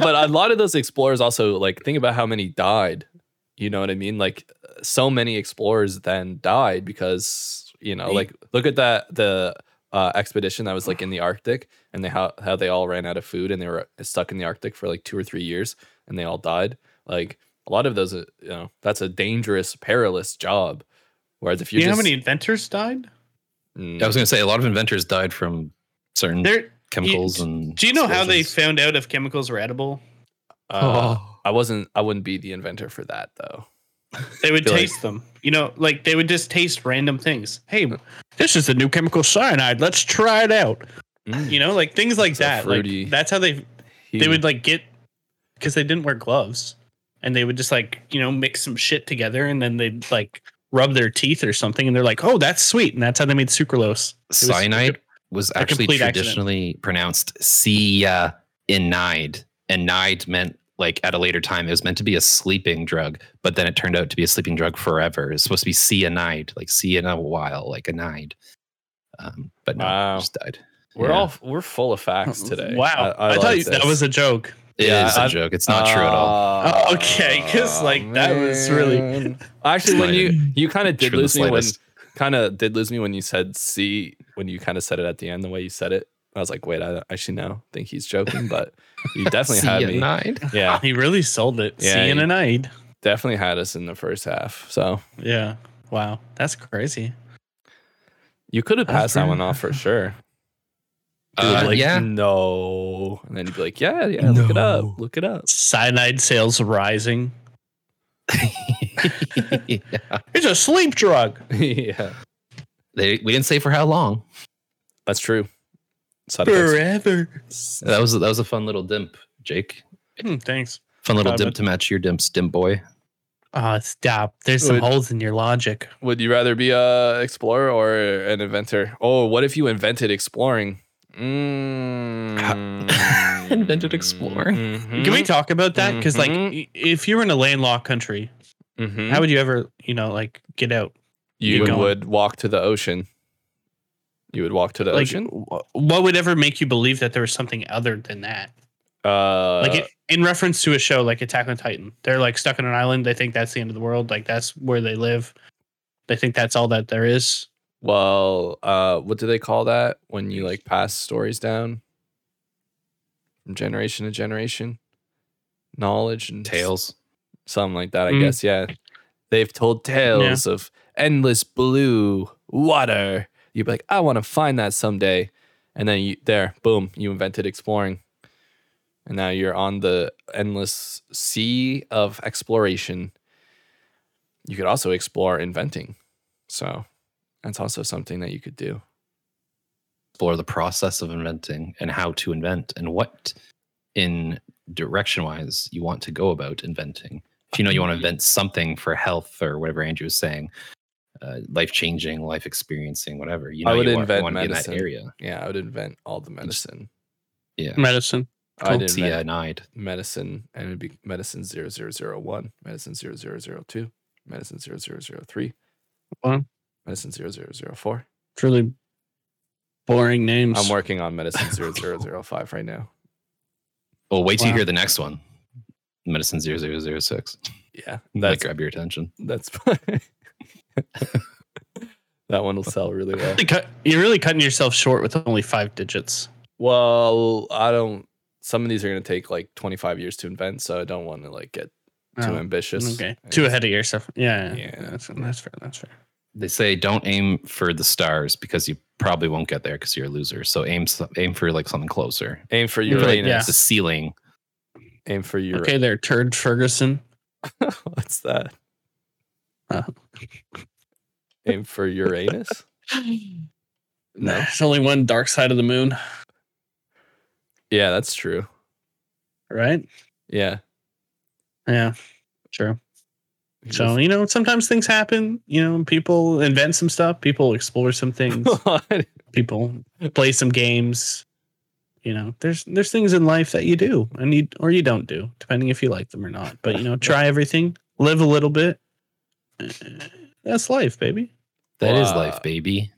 [SPEAKER 1] but a lot of those explorers also like think about how many died. You know what I mean? Like so many explorers then died because you know, like look at that the uh, expedition that was like in the Arctic and they how how they all ran out of food and they were stuck in the Arctic for like two or three years and they all died. Like a lot of those, uh, you know, that's a dangerous, perilous job. Whereas if
[SPEAKER 3] you
[SPEAKER 1] you're
[SPEAKER 3] know how
[SPEAKER 1] just,
[SPEAKER 3] many inventors died
[SPEAKER 1] Mm,
[SPEAKER 4] I was going to say a lot of inventors died from certain
[SPEAKER 3] there
[SPEAKER 4] chemicals and
[SPEAKER 3] do you know how they
[SPEAKER 4] explosions.
[SPEAKER 3] found out if chemicals were edible
[SPEAKER 4] Oh,
[SPEAKER 1] uh, I wasn't. I wouldn't be the inventor for that though.
[SPEAKER 3] They would
[SPEAKER 1] Feel like-
[SPEAKER 3] taste them. You know, like they would just taste random things. Hey, this is the new chemical cyanide. Let's try it out.
[SPEAKER 1] Mm,
[SPEAKER 3] You know, like things like
[SPEAKER 1] So
[SPEAKER 3] that.
[SPEAKER 1] fruity.
[SPEAKER 3] Like that's how they they would like get because they didn't wear gloves and they would just like you know mix some shit together and then they'd like rub their teeth or something and they're like oh that's sweet and that's how they made sucralose It was-
[SPEAKER 4] Cyanide was
[SPEAKER 3] a
[SPEAKER 4] actually
[SPEAKER 3] complete accident.
[SPEAKER 4] traditionally pronounced cyanide, and nide meant like at a later time it was meant to be a sleeping drug, but then it turned out to be a sleeping drug forever. It's supposed to be cyanide, like C in a while, like a nide. Um, but no, it
[SPEAKER 1] Wow.
[SPEAKER 4] just died.
[SPEAKER 1] We're
[SPEAKER 4] Yeah.
[SPEAKER 1] all we're full of facts today.
[SPEAKER 3] wow i, thought you, that was a joke
[SPEAKER 4] It is
[SPEAKER 1] Yeah, uh,
[SPEAKER 4] a
[SPEAKER 1] I've-
[SPEAKER 4] joke. It's not true at all.
[SPEAKER 3] Oh, okay, 'cause, like, that was really-
[SPEAKER 1] Ah, man. actually when
[SPEAKER 4] Not
[SPEAKER 1] you you kind of
[SPEAKER 4] True
[SPEAKER 1] did
[SPEAKER 4] in the
[SPEAKER 1] lose me when
[SPEAKER 4] slightest.
[SPEAKER 1] kind of did lose me when you said C when you kind of said it at the end the way you said it. I was like, wait, I don't actually no, think he's joking, but you definitely had me.
[SPEAKER 4] Cyanide?
[SPEAKER 1] Yeah,
[SPEAKER 3] he really sold it
[SPEAKER 1] Yeah,
[SPEAKER 3] see you in
[SPEAKER 1] he-
[SPEAKER 3] a night
[SPEAKER 1] definitely had us in the first half. So
[SPEAKER 3] yeah wow that's crazy
[SPEAKER 1] you could have
[SPEAKER 3] That's
[SPEAKER 1] passed that one
[SPEAKER 3] pretty-
[SPEAKER 1] off for sure. You would've
[SPEAKER 4] Uh,
[SPEAKER 1] been like,
[SPEAKER 4] yeah.
[SPEAKER 1] no, and then you'd be like, yeah, yeah, look it
[SPEAKER 4] No.
[SPEAKER 1] up, look it up.
[SPEAKER 3] cyanide sales rising
[SPEAKER 4] yeah.
[SPEAKER 3] it's a sleep drug
[SPEAKER 1] yeah,
[SPEAKER 4] They, we didn't say for how long.
[SPEAKER 1] that's true.
[SPEAKER 3] Oh,
[SPEAKER 1] Side effects.
[SPEAKER 3] forever
[SPEAKER 4] That was that was a fun little dimp, Jake.
[SPEAKER 1] Mm,
[SPEAKER 3] Hmm, thanks
[SPEAKER 4] Fun little
[SPEAKER 3] Five
[SPEAKER 4] dimp
[SPEAKER 3] minutes.
[SPEAKER 4] to match your dimps, dimp boy.
[SPEAKER 3] Ah, stop there's some
[SPEAKER 1] Would-
[SPEAKER 3] holes in your logic
[SPEAKER 1] Would you rather be a explorer or an inventor? Oh, what if you invented exploring? Mm.
[SPEAKER 4] Invented exploring? Mm-hmm.
[SPEAKER 1] Mhm.
[SPEAKER 3] Can we talk about that? Because
[SPEAKER 1] Mhm.
[SPEAKER 3] like, i- if you were in a landlocked country,
[SPEAKER 1] Mhm.
[SPEAKER 3] how would you ever, you know, like get out?
[SPEAKER 1] you
[SPEAKER 3] Keep going.
[SPEAKER 1] would walk to the ocean. You would walk to the
[SPEAKER 3] Like,
[SPEAKER 1] ocean.
[SPEAKER 3] wh- what would ever make you believe that there was something other than that?
[SPEAKER 1] Uh,
[SPEAKER 3] Like, i- in reference to a show like Attack on Titan, they're like stuck on an island. They think that's the end of the world. Like, that's where they live. They think that's all that there is.
[SPEAKER 1] well, uh, what do they call that when you like pass stories down from generation to generation? Knowledge and s-
[SPEAKER 4] Tails.
[SPEAKER 1] something like that. I
[SPEAKER 3] Mm.
[SPEAKER 1] guess yeah. They've told tales of endless blue water. You'd be like, I want to find that someday, and then you there, boom, you invented exploring, and now you're on the endless sea of exploration. You could also explore inventing, so that's also something that you could do.
[SPEAKER 4] explore the process of inventing and how to invent and what in direction wise you want to go about inventing if you know you want to invent something for health or whatever andrew was saying uh, life changing life experiencing whatever you know
[SPEAKER 1] I would
[SPEAKER 4] you
[SPEAKER 1] invent
[SPEAKER 4] want, in
[SPEAKER 1] medicine.
[SPEAKER 4] that area
[SPEAKER 1] Yeah, I would invent all the medicine.
[SPEAKER 4] yeah
[SPEAKER 3] Medicine.
[SPEAKER 1] I'd
[SPEAKER 4] Cool.
[SPEAKER 1] Hmm. invent
[SPEAKER 4] cyanide
[SPEAKER 1] medicine, and it'd be medicine 0001, medicine 0002, medicine 0003,
[SPEAKER 3] Wow.
[SPEAKER 1] medicine 0004.
[SPEAKER 3] Truly boring names.
[SPEAKER 1] I'm working on medicine 0005 right now.
[SPEAKER 4] well wait till you
[SPEAKER 3] Wow.
[SPEAKER 4] hear the next one medicine 0006
[SPEAKER 1] Yeah,
[SPEAKER 4] that
[SPEAKER 1] that's
[SPEAKER 4] grab your attention
[SPEAKER 1] that's that one will sell really well.
[SPEAKER 3] Really cut- You're really cutting yourself short with only five digits.
[SPEAKER 1] Well, I don't. Some of these are gonna take like 25 years to invent, so I don't want to like get too
[SPEAKER 3] Oh,
[SPEAKER 1] ambitious.
[SPEAKER 3] okay.
[SPEAKER 1] I
[SPEAKER 3] Too
[SPEAKER 1] guess.
[SPEAKER 3] ahead of yourself. Yeah.
[SPEAKER 1] Yeah.
[SPEAKER 3] Yeah. That's, that's fair. That's fair.
[SPEAKER 4] they say don't aim for the stars because you probably won't get there because you're a loser so aim so- aim for like something closer
[SPEAKER 1] Aim for
[SPEAKER 3] You're like,
[SPEAKER 1] Uranus.
[SPEAKER 3] yeah.
[SPEAKER 4] the ceiling
[SPEAKER 1] Aim for Uranus.
[SPEAKER 3] Okay, there, Turd Ferguson.
[SPEAKER 1] What's that?
[SPEAKER 3] Uh.
[SPEAKER 1] Aim for Uranus. No.
[SPEAKER 3] There's only one dark side of the moon,
[SPEAKER 1] Yeah, that's true.
[SPEAKER 3] right?
[SPEAKER 1] Yeah.
[SPEAKER 3] Yeah, sure. So, you know, sometimes things happen. You know, people invent some stuff, people explore some things, people play some games. You know, there's there's things in life that you do and you or you don't do, depending if you like them or not. But you know, try everything, live a little bit. Uh, That's life, baby.
[SPEAKER 4] That is
[SPEAKER 1] Wow.
[SPEAKER 4] life, baby.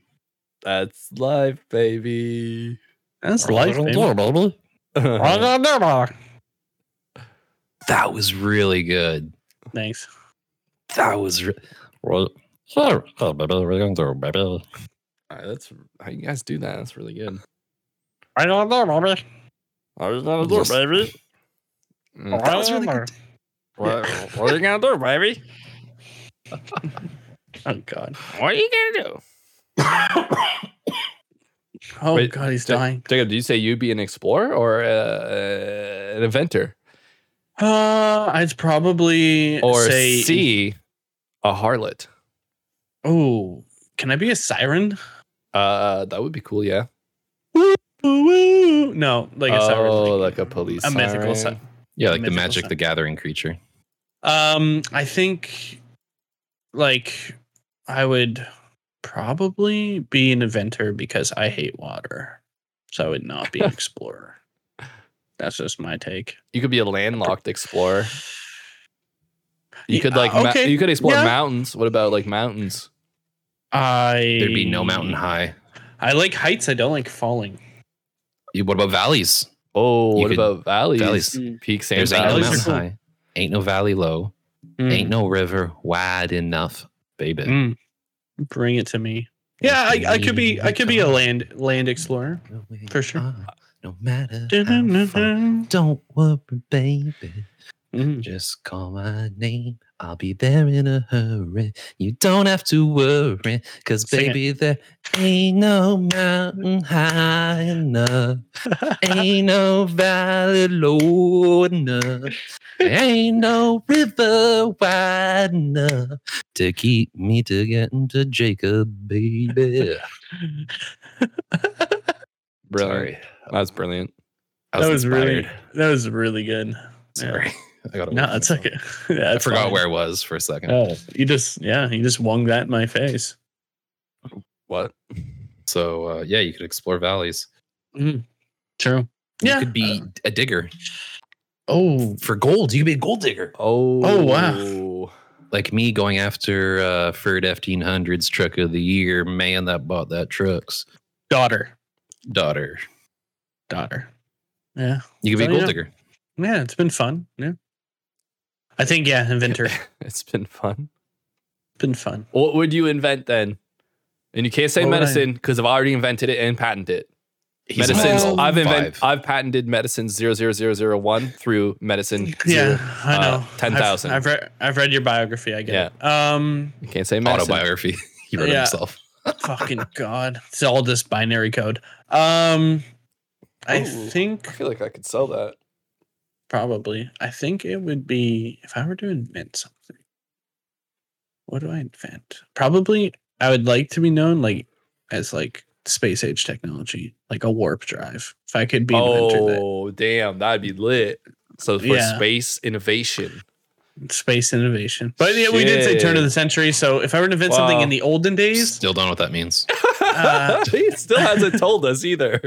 [SPEAKER 1] that's life, baby.
[SPEAKER 3] That's life, baby.
[SPEAKER 4] That was really good.
[SPEAKER 3] Thanks.
[SPEAKER 4] That was. Re- Oh, That's
[SPEAKER 1] Alright, that's how you guys do that. That's really good.
[SPEAKER 3] I don't know, Robert.
[SPEAKER 1] Mm.
[SPEAKER 4] really good.
[SPEAKER 1] what, what are you gonna do, baby?
[SPEAKER 3] Oh God.
[SPEAKER 1] What are you gonna do?
[SPEAKER 3] Oh
[SPEAKER 1] Wait,
[SPEAKER 3] God, he's
[SPEAKER 1] Jac-
[SPEAKER 3] dying.
[SPEAKER 1] Jacob, do you say you be an explorer or uh, an inventor
[SPEAKER 3] Uh, I'd probably
[SPEAKER 1] or
[SPEAKER 3] say
[SPEAKER 1] C a harlot.
[SPEAKER 3] Oh, can I be a siren?
[SPEAKER 1] Uh, that would be cool. Yeah.
[SPEAKER 3] Ooh, ooh. No, like a siren.
[SPEAKER 1] oh, like a police.
[SPEAKER 3] a mythical
[SPEAKER 1] siren.
[SPEAKER 3] siren.
[SPEAKER 4] Yeah, like the
[SPEAKER 3] Mythical
[SPEAKER 4] Magic the
[SPEAKER 3] Sun.
[SPEAKER 4] Gathering creature.
[SPEAKER 3] Um, I think, like, I would probably be an inventor because I hate water, so I would not be an explorer. That's just my take.
[SPEAKER 1] You could be a landlocked explorer. You
[SPEAKER 3] Yeah,
[SPEAKER 1] could like
[SPEAKER 3] uh,
[SPEAKER 1] ma-
[SPEAKER 3] okay,
[SPEAKER 1] you could explore
[SPEAKER 3] yeah.
[SPEAKER 1] mountains. What about like mountains?
[SPEAKER 3] I
[SPEAKER 4] There'd be no mountain high.
[SPEAKER 3] I like heights. I don't like falling.
[SPEAKER 4] You- What about valleys?
[SPEAKER 1] Oh,
[SPEAKER 4] You
[SPEAKER 1] what
[SPEAKER 4] could-
[SPEAKER 1] about valleys?
[SPEAKER 4] valleys.
[SPEAKER 3] Mm.
[SPEAKER 1] Peaks and
[SPEAKER 4] There's Hmm. ain't no
[SPEAKER 3] valleys are
[SPEAKER 4] mountain
[SPEAKER 1] valleys.
[SPEAKER 3] cool.
[SPEAKER 4] high. Ain't no valley low. Ain't no river wide enough, baby.
[SPEAKER 3] Mm. Bring it to me. Yeah, I, I could be I could be a land land explorer for sure.
[SPEAKER 4] Hmm. No matter how far,
[SPEAKER 3] Mm.
[SPEAKER 4] don't worry, baby. Just call my name. I'll be there in a hurry. You don't have to worry, cause
[SPEAKER 3] Sing it.
[SPEAKER 4] baby, there ain't no mountain high enough. ain't no valley low enough. ain't no river wide enough to keep me to getting to Jacob, baby.
[SPEAKER 1] Brilliant. That's brilliant.
[SPEAKER 4] I
[SPEAKER 3] that was really
[SPEAKER 4] inspired.
[SPEAKER 3] that was really good. Yeah.
[SPEAKER 4] sorry. I got
[SPEAKER 3] No, it's okay. Yeah,
[SPEAKER 4] I
[SPEAKER 3] it's
[SPEAKER 4] forgot
[SPEAKER 3] fine.
[SPEAKER 4] where I was for a second.
[SPEAKER 3] Oh, you just yeah, you just wung that in my face.
[SPEAKER 1] What?
[SPEAKER 4] So uh, yeah, you could explore valleys.
[SPEAKER 3] True. Yeah. Uh,
[SPEAKER 4] You could be a digger
[SPEAKER 3] oh,
[SPEAKER 4] for gold. You could be a gold digger,
[SPEAKER 1] Oh.
[SPEAKER 3] Oh, wow.
[SPEAKER 4] like me going after uh, Ford fifteen hundreds truck of the year. Man, that bought that truck's
[SPEAKER 3] daughter,
[SPEAKER 4] daughter.
[SPEAKER 3] daughter. Yeah,
[SPEAKER 4] You could be a
[SPEAKER 3] So,
[SPEAKER 4] gold
[SPEAKER 3] Oh, yeah.
[SPEAKER 4] digger.
[SPEAKER 3] yeah, it's been fun. Yeah, I think yeah, inventor. It's
[SPEAKER 1] It's been fun.
[SPEAKER 3] been fun.
[SPEAKER 1] What would you invent then? And you can't say
[SPEAKER 3] What would I-
[SPEAKER 1] medicine because I've already invented it and patented it.
[SPEAKER 4] He's a
[SPEAKER 1] Medicines.
[SPEAKER 4] level
[SPEAKER 1] I've invent,
[SPEAKER 4] five.
[SPEAKER 1] I've patented medicine 00001 through medicine.
[SPEAKER 3] Yeah,
[SPEAKER 1] zero-
[SPEAKER 3] I know.
[SPEAKER 1] uh, 10,000.
[SPEAKER 3] I've, I've read I've read your biography. I get it. Um,
[SPEAKER 1] You can't say medicine.
[SPEAKER 4] autobiography. he wrote it
[SPEAKER 3] Yeah.
[SPEAKER 4] himself.
[SPEAKER 3] fucking god, it's all just binary code. Um, I
[SPEAKER 1] Ooh.
[SPEAKER 3] think
[SPEAKER 1] feel like I could sell that.
[SPEAKER 3] Probably. I think it would be if I were to invent something. What do I invent? Probably I would like to be known like as like space age technology, like a warp drive. If I could be inventor
[SPEAKER 1] oh, damn. That'd be lit. So for
[SPEAKER 3] Yeah.
[SPEAKER 1] space innovation.
[SPEAKER 3] that space innovation. But yeah, we did say turn of the
[SPEAKER 1] Shit.
[SPEAKER 3] century. So if I were to invent something
[SPEAKER 1] Wow.
[SPEAKER 3] in the olden days,
[SPEAKER 4] Still don't know what that means.
[SPEAKER 3] Uh,
[SPEAKER 1] he still hasn't told us either.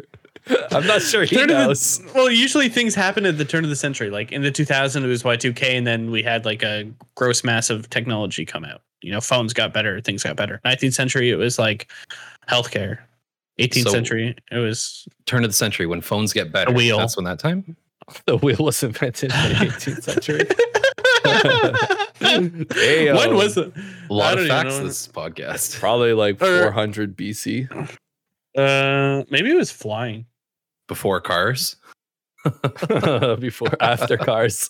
[SPEAKER 1] I'm not sure he
[SPEAKER 3] Turn of the-
[SPEAKER 1] knows.
[SPEAKER 3] well, usually things happen at the turn of the century. Like in the 2000s, it was Y2K, and then we had like a gross mass of technology come out. You know, phones got better, things got better. 19th century, it was like healthcare. 18th
[SPEAKER 4] So-
[SPEAKER 3] century, it was
[SPEAKER 4] Turn of the century when phones get better.
[SPEAKER 3] wheel.
[SPEAKER 4] That's when that time.
[SPEAKER 1] The wheel was invented in the 18th century. Damn.
[SPEAKER 3] when was it?
[SPEAKER 4] um, A lot
[SPEAKER 3] I don't
[SPEAKER 4] of
[SPEAKER 3] even
[SPEAKER 4] facts
[SPEAKER 3] know.
[SPEAKER 4] this podcast.
[SPEAKER 1] Probably like
[SPEAKER 3] Or-
[SPEAKER 1] 400 BC.
[SPEAKER 3] Uh, maybe it was flying.
[SPEAKER 4] Before cars.
[SPEAKER 1] before after cars.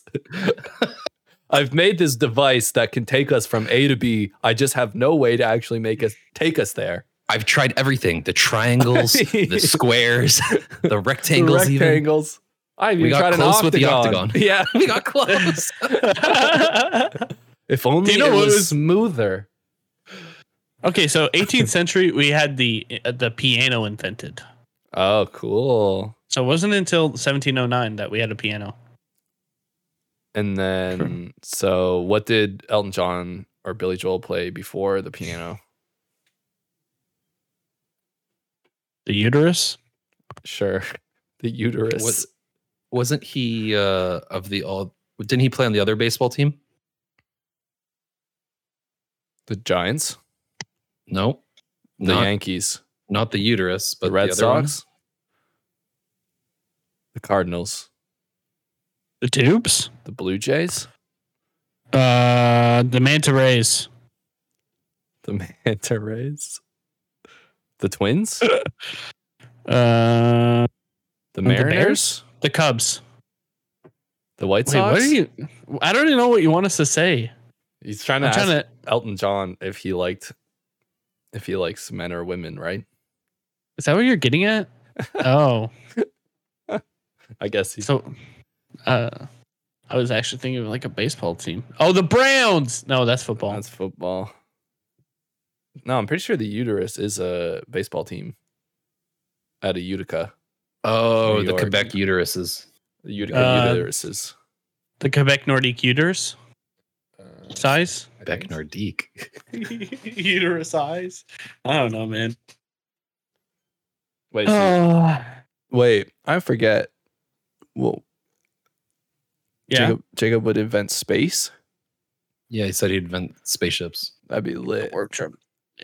[SPEAKER 1] I've made this device that can take us from A to B. I just have no way to actually make us take us there.
[SPEAKER 4] I've tried everything: the triangles, the squares, the rectangles.
[SPEAKER 1] The
[SPEAKER 4] Even
[SPEAKER 1] rectangles. I even
[SPEAKER 4] We got
[SPEAKER 1] tried an
[SPEAKER 4] close with the
[SPEAKER 1] octagon.
[SPEAKER 4] octagon.
[SPEAKER 1] Yeah.
[SPEAKER 4] we got close.
[SPEAKER 1] If only
[SPEAKER 3] Do you know
[SPEAKER 1] it
[SPEAKER 3] what
[SPEAKER 1] was,
[SPEAKER 3] was-
[SPEAKER 1] smoother.
[SPEAKER 3] okay, so 18th century, we had the uh, the piano invented.
[SPEAKER 1] Oh, cool.
[SPEAKER 3] So it wasn't until 1709 that we had a piano.
[SPEAKER 1] And then, so what did Elton John or Billy Joel play before the piano?
[SPEAKER 3] The uterus.
[SPEAKER 1] Sure. The uterus.
[SPEAKER 4] Was, wasn't he uh, of the all? Didn't he play on the other baseball team?
[SPEAKER 1] the Giants.
[SPEAKER 4] No,
[SPEAKER 1] The
[SPEAKER 4] not
[SPEAKER 1] Yankees.
[SPEAKER 4] not the uterus, but
[SPEAKER 1] the Red
[SPEAKER 4] other one.
[SPEAKER 1] Sox. The Cardinals.
[SPEAKER 3] The tubes?
[SPEAKER 1] The Blue Jays.
[SPEAKER 3] Uh, the manta rays.
[SPEAKER 1] The Manta Rays. The Twins.
[SPEAKER 3] Uh,
[SPEAKER 1] The
[SPEAKER 3] the Bears?
[SPEAKER 1] Mariners.
[SPEAKER 3] the Cubs.
[SPEAKER 1] The, White
[SPEAKER 3] Wait,
[SPEAKER 1] Sox.
[SPEAKER 3] what are you? I don't even know what you want us to say.
[SPEAKER 1] He's trying to
[SPEAKER 3] I'm
[SPEAKER 1] ask
[SPEAKER 3] trying to.
[SPEAKER 1] Elton John if he liked if he likes men or women, right?
[SPEAKER 3] Is that what you're getting at? Oh,
[SPEAKER 1] I guess he's
[SPEAKER 3] so, uh, I was actually thinking of like a baseball team. Oh, the Browns. No, that's football.
[SPEAKER 1] That's football. No, I'm pretty sure the Uterus is a baseball team out of Utica.
[SPEAKER 4] Oh,
[SPEAKER 1] New
[SPEAKER 4] the
[SPEAKER 1] York.
[SPEAKER 4] Quebec uteruses.
[SPEAKER 1] The Utica
[SPEAKER 3] Uh,
[SPEAKER 1] Uteruses.
[SPEAKER 3] the Quebec Nordique uterus
[SPEAKER 5] Uh,
[SPEAKER 3] size.
[SPEAKER 5] I
[SPEAKER 4] Quebec
[SPEAKER 5] think-
[SPEAKER 4] Nordique.
[SPEAKER 3] uterus size. I don't know, man.
[SPEAKER 1] Wait, so-
[SPEAKER 3] Oh,
[SPEAKER 1] wait, I forget. Well,
[SPEAKER 3] yeah.
[SPEAKER 1] Jacob, Jacob would invent space.
[SPEAKER 4] Yeah, he said he'd invent spaceships.
[SPEAKER 1] That'd be lit.
[SPEAKER 3] Warp drive.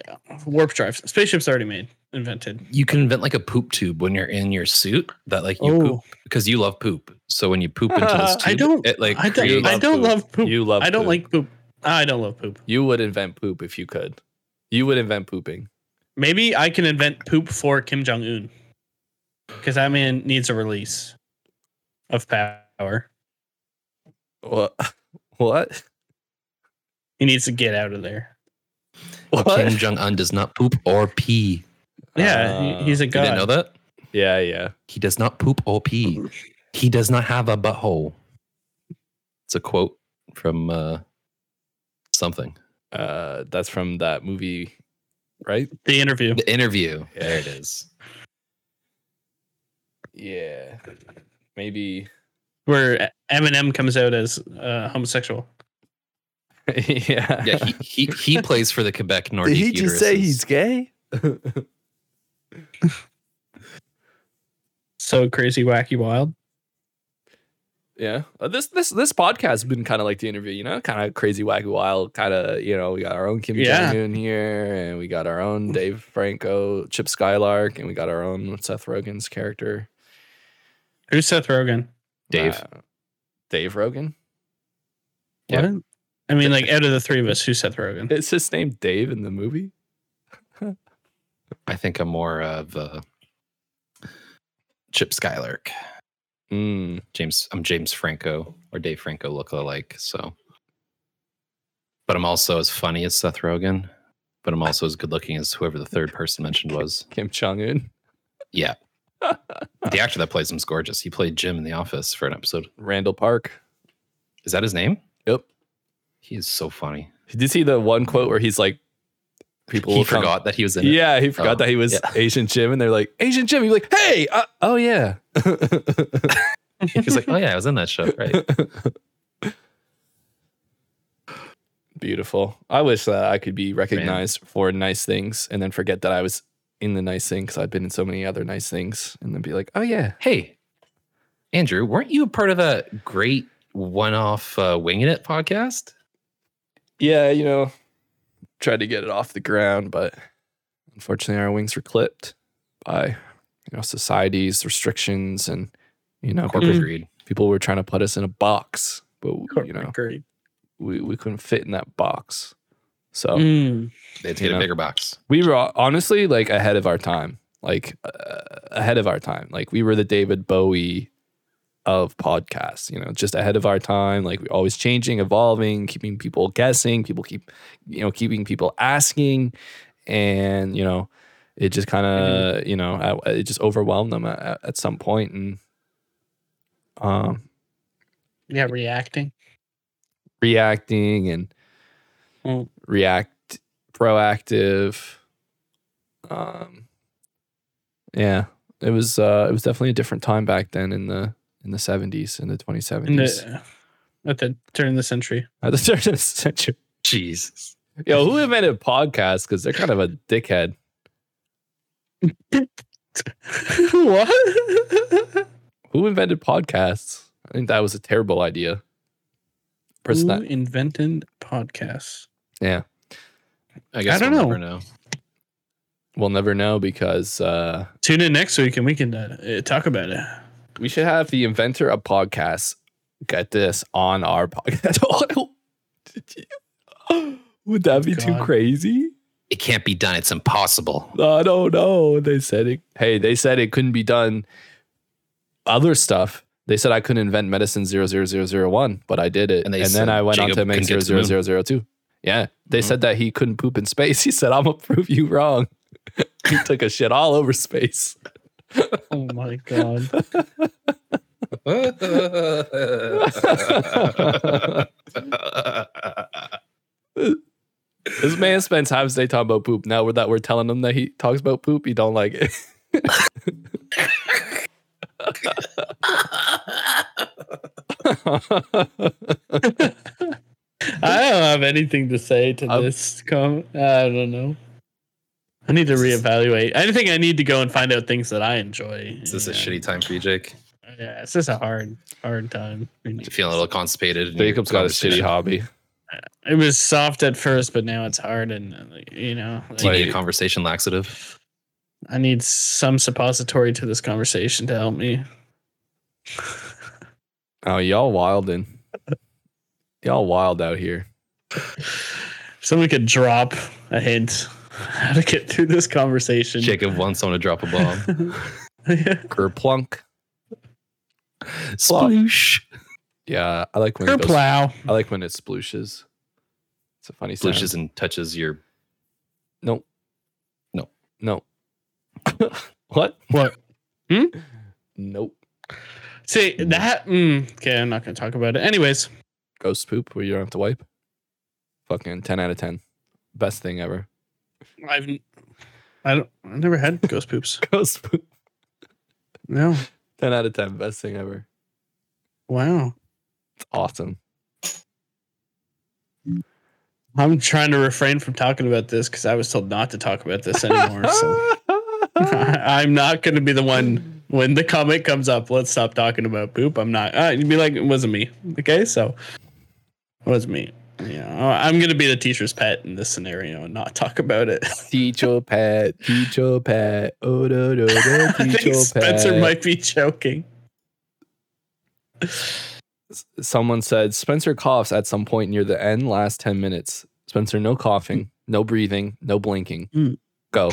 [SPEAKER 3] Yeah. Warp drives. Spaceship's already made, invented.
[SPEAKER 4] You can invent like a poop tube when you're in your suit that like you
[SPEAKER 3] Oh.
[SPEAKER 4] poop because you love poop. So when you poop into this tube,
[SPEAKER 3] I don't.
[SPEAKER 4] it like
[SPEAKER 3] I
[SPEAKER 1] you
[SPEAKER 3] don't. I
[SPEAKER 4] creates-
[SPEAKER 1] love
[SPEAKER 3] don't
[SPEAKER 1] poop.
[SPEAKER 3] love poop.
[SPEAKER 1] You love.
[SPEAKER 3] I don't
[SPEAKER 1] poop.
[SPEAKER 3] like poop. I don't love poop.
[SPEAKER 1] You would invent poop if you could. You would invent pooping.
[SPEAKER 3] Maybe I can invent poop for Kim Jong Un, because that man needs a release of power.
[SPEAKER 1] What? What?
[SPEAKER 3] He needs to get out of there.
[SPEAKER 4] Kim Jong Un does not poop or pee.
[SPEAKER 3] Yeah, he-
[SPEAKER 1] Uh,
[SPEAKER 3] he's a
[SPEAKER 4] You didn't know
[SPEAKER 3] god.
[SPEAKER 4] that?
[SPEAKER 1] Yeah, yeah.
[SPEAKER 4] He does not poop or pee. He does not have a butthole. It's a quote from uh, something.
[SPEAKER 1] Uh, that's from that movie, right?
[SPEAKER 3] The interview.
[SPEAKER 4] The interview. There it is.
[SPEAKER 1] Yeah. Maybe.
[SPEAKER 3] where Eminem comes out as uh, homosexual.
[SPEAKER 1] yeah.
[SPEAKER 4] Yeah, he, he, he plays for the Quebec Nordique. uteruses.
[SPEAKER 1] gay?
[SPEAKER 3] So crazy, wacky, wild.
[SPEAKER 1] Yeah. Uh, this this this podcast has been kind of like the interview, you know, kind of crazy, wacky, wild, kind of you know. We got our own Kim
[SPEAKER 3] Yeah.
[SPEAKER 1] Jong Un here, and we got our own Dave Franco, Chip Skylark, and we got our own Seth Rogen's character,
[SPEAKER 3] Who's Seth Rogen?
[SPEAKER 4] Dave.
[SPEAKER 1] Uh, Dave Rogen.
[SPEAKER 4] Yeah.
[SPEAKER 3] What? I mean, like out of the three of us, who's Seth Rogen?
[SPEAKER 1] Is his name Dave in the movie?
[SPEAKER 4] I think I'm more of uh, Chip Skylark.
[SPEAKER 1] Mm.
[SPEAKER 4] James, I'm James Franco or Dave Franco look alike. So, but I'm also as funny as Seth Rogen, but I'm also as good looking as whoever the third person mentioned was.
[SPEAKER 1] Kim Jong Un.
[SPEAKER 4] Yeah. The actor that plays him's gorgeous. He played Jim in The Office for an episode.
[SPEAKER 1] Randall Park.
[SPEAKER 4] Is that his name?
[SPEAKER 1] Yep.
[SPEAKER 4] He is so funny.
[SPEAKER 1] Did you see the one quote where he's like, people
[SPEAKER 4] he
[SPEAKER 1] will come-
[SPEAKER 4] forgot that he was in it.
[SPEAKER 1] Yeah, he forgot
[SPEAKER 4] Oh,
[SPEAKER 1] that he was
[SPEAKER 4] yeah.
[SPEAKER 1] Asian Jim, and they're like, Asian Jim. He's like, hey, uh, oh yeah.
[SPEAKER 4] He was like, oh, yeah, I was in that show. Right.
[SPEAKER 1] Beautiful. I wish that I could be recognized for nice things and then forget that I was in the nice thing because I'd been in so many other nice things and then be like, oh yeah.
[SPEAKER 4] hey, Andrew, weren't you a part of that great one off uh, Winging It podcast?
[SPEAKER 1] Yeah, you know, tried to get it off the ground, but unfortunately our wings were clipped by, you know, society's restrictions and, you know,
[SPEAKER 4] Corporate
[SPEAKER 3] Mhm.
[SPEAKER 4] greed.
[SPEAKER 1] people were trying to put us in a box, but you know,
[SPEAKER 3] Great.
[SPEAKER 1] we, we couldn't fit in that box. So
[SPEAKER 3] Mm.
[SPEAKER 4] They had to
[SPEAKER 1] You
[SPEAKER 4] get a
[SPEAKER 1] know?
[SPEAKER 4] bigger box.
[SPEAKER 1] we were honestly like ahead of our time, like uh, ahead of our time. Like we were the David Bowie of podcasts, you know, just ahead of our time. Like we're always changing, evolving, keeping people guessing, people keep, you know, keeping people asking, and you know, it just kind of, you know, uh, it just overwhelmed them at- at, at some point, and um,
[SPEAKER 3] Yeah, reacting.
[SPEAKER 1] reacting and
[SPEAKER 3] Mm.
[SPEAKER 1] react proactive um yeah it was uh it was definitely a different time back then in the in the 70s in the 2070s
[SPEAKER 3] In the, at the turn of the century.
[SPEAKER 1] at the turn of the century
[SPEAKER 4] Jesus.
[SPEAKER 1] yo who invented podcasts because they're kind of a dickhead
[SPEAKER 3] what?
[SPEAKER 1] who invented podcasts i think that was a terrible idea person
[SPEAKER 3] Who
[SPEAKER 1] that
[SPEAKER 3] invented podcasts?
[SPEAKER 4] I guess
[SPEAKER 3] I don't
[SPEAKER 4] we'll
[SPEAKER 3] know.
[SPEAKER 4] never know.
[SPEAKER 1] we'll never know because uh
[SPEAKER 3] Tune in next week and we can uh, uh, talk about it.
[SPEAKER 1] we should have the inventor of podcasts get this on our podcast. Would that be too
[SPEAKER 3] God.
[SPEAKER 1] crazy?
[SPEAKER 4] It can't be done. It's impossible.
[SPEAKER 1] I don't know. They said it. Hey, they said it couldn't be done. Other stuff. They said I couldn't invent medicine 00001, but I did it. And,
[SPEAKER 4] And they
[SPEAKER 1] then
[SPEAKER 4] said
[SPEAKER 1] I went
[SPEAKER 4] Jacob
[SPEAKER 1] on to make
[SPEAKER 4] couldn't get to the moon.
[SPEAKER 1] 00002. Yeah. They
[SPEAKER 4] Mhm.
[SPEAKER 1] said that he couldn't poop in space. He said, I'm going to prove you wrong. he took a shit all over space.
[SPEAKER 3] Oh my god.
[SPEAKER 1] This man spends half his day talking about poop. Now that we're telling him that he talks about poop, he don't like it.
[SPEAKER 3] I don't have anything to say to
[SPEAKER 1] I'm-
[SPEAKER 3] this comment. I don't know. I need to reevaluate. I think I need to go and find out things that I enjoy.
[SPEAKER 4] Is this a
[SPEAKER 3] Yeah.
[SPEAKER 4] shitty time for you, Jake?
[SPEAKER 3] Yeah, it's just a hard, hard time.
[SPEAKER 4] You feeling a little constipated? in your
[SPEAKER 1] Jacob's got a shitty
[SPEAKER 4] conversation?
[SPEAKER 1] hobby.
[SPEAKER 3] It was soft at first, but now it's hard, and uh, you know,
[SPEAKER 4] Do you
[SPEAKER 3] like,
[SPEAKER 4] need a conversation laxative?
[SPEAKER 3] I need some suppository to this conversation to help me.
[SPEAKER 1] Oh, y'all wildin'. Y'all wild out here.
[SPEAKER 3] Someone could drop a hint how to get through this conversation.
[SPEAKER 4] Jacob wants someone to drop a bomb.
[SPEAKER 1] Kerplunk.
[SPEAKER 4] Sploosh.
[SPEAKER 1] Yeah, I like when
[SPEAKER 3] Her
[SPEAKER 1] it goes,
[SPEAKER 3] plow.
[SPEAKER 1] I like when it splooshes. It's a funny sound.
[SPEAKER 4] Splooshes and touches your.
[SPEAKER 1] No.
[SPEAKER 4] No.
[SPEAKER 1] No. what?
[SPEAKER 3] What?
[SPEAKER 1] Nope.
[SPEAKER 3] See that? Mm, okay, I'm not going to talk about it. Anyways,
[SPEAKER 1] Ghost poop where you don't have to wipe. Fucking 10 out of 10. Best thing ever.
[SPEAKER 3] I've I don't I never had ghost poops.
[SPEAKER 1] Ghost poop.
[SPEAKER 3] No.
[SPEAKER 1] 10 out of 10. Best thing ever.
[SPEAKER 3] Wow.
[SPEAKER 1] It's awesome.
[SPEAKER 3] I'm trying to refrain from talking about this because I was told not to talk about this anymore. so I'm not going to be the one when the comment comes up. Let's stop talking about poop. I'm not. Uh, you'd be like, it wasn't me. Okay, so it was me. Yeah, I'm going to be the teacher's pet in this scenario and not talk about it.
[SPEAKER 1] Teach your pet. Teach your pet. Oh, no, no, no.
[SPEAKER 3] I
[SPEAKER 1] Teach
[SPEAKER 3] think
[SPEAKER 1] your
[SPEAKER 3] Spencer
[SPEAKER 1] pet.
[SPEAKER 3] might be joking.
[SPEAKER 1] someone said Spencer coughs at some point near the end last 10 minutes. Spencer, no coughing, no breathing, no blinking.
[SPEAKER 3] Mm.
[SPEAKER 1] Go.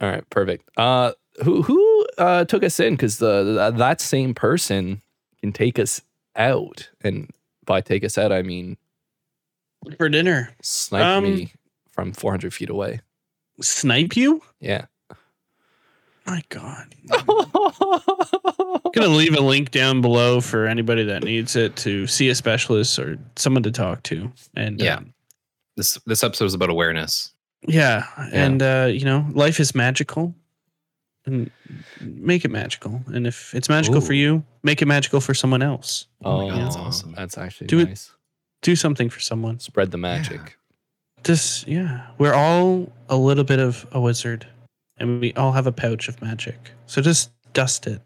[SPEAKER 1] All right, perfect. Uh who who uh took us in cuz the, th- that same person can take us out and by take us out I mean
[SPEAKER 3] For dinner,
[SPEAKER 1] snipe
[SPEAKER 3] Um,
[SPEAKER 1] me from 400 feet away.
[SPEAKER 3] snipe you?
[SPEAKER 1] Yeah.
[SPEAKER 3] My God.
[SPEAKER 1] Oh
[SPEAKER 3] gonna leave a link down below for anybody that needs it to see a specialist or someone to talk to and
[SPEAKER 4] Yeah.
[SPEAKER 3] um,
[SPEAKER 4] This this episode is about awareness.
[SPEAKER 3] yeah, and uh you know life is magical and make it magical and if it's magical for
[SPEAKER 4] Ooh.
[SPEAKER 3] you make it magical for someone else
[SPEAKER 4] Oh my God, that's
[SPEAKER 1] Oh,
[SPEAKER 4] awesome.
[SPEAKER 1] That's actually
[SPEAKER 3] Do it-
[SPEAKER 1] nice.
[SPEAKER 3] do something for someone
[SPEAKER 1] Spread the magic.
[SPEAKER 3] this yeah we're all a little bit of a wizard and we all have a pouch of magic so just dust it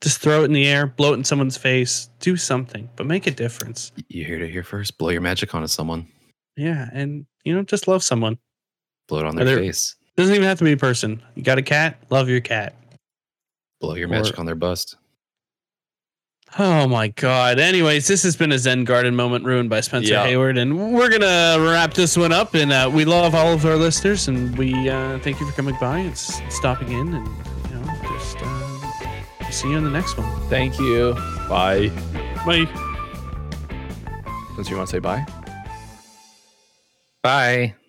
[SPEAKER 3] just throw it in the air blow it in someone's face do something but make a difference
[SPEAKER 4] You heard it here first. Blow your magic onto someone.
[SPEAKER 3] Yeah, and you know, just love someone.
[SPEAKER 4] Blow it on
[SPEAKER 3] Are
[SPEAKER 4] their
[SPEAKER 3] there-
[SPEAKER 4] face.
[SPEAKER 3] Doesn't even have to be a person. You got a cat, love your cat.
[SPEAKER 4] Blow your
[SPEAKER 3] or-
[SPEAKER 4] magic on their bust.
[SPEAKER 3] Oh my god. Anyways, this has been a Zen Garden moment ruined by Spencer
[SPEAKER 1] Yeah.
[SPEAKER 3] Hayward, and we're gonna wrap this one up. And uh, we love all of our listeners, and we uh, thank you for coming by and s- stopping in, and you know, just uh, see you in the next one.
[SPEAKER 1] Thank you. Bye.
[SPEAKER 3] Bye.
[SPEAKER 1] Since you want to say bye?
[SPEAKER 4] Bye.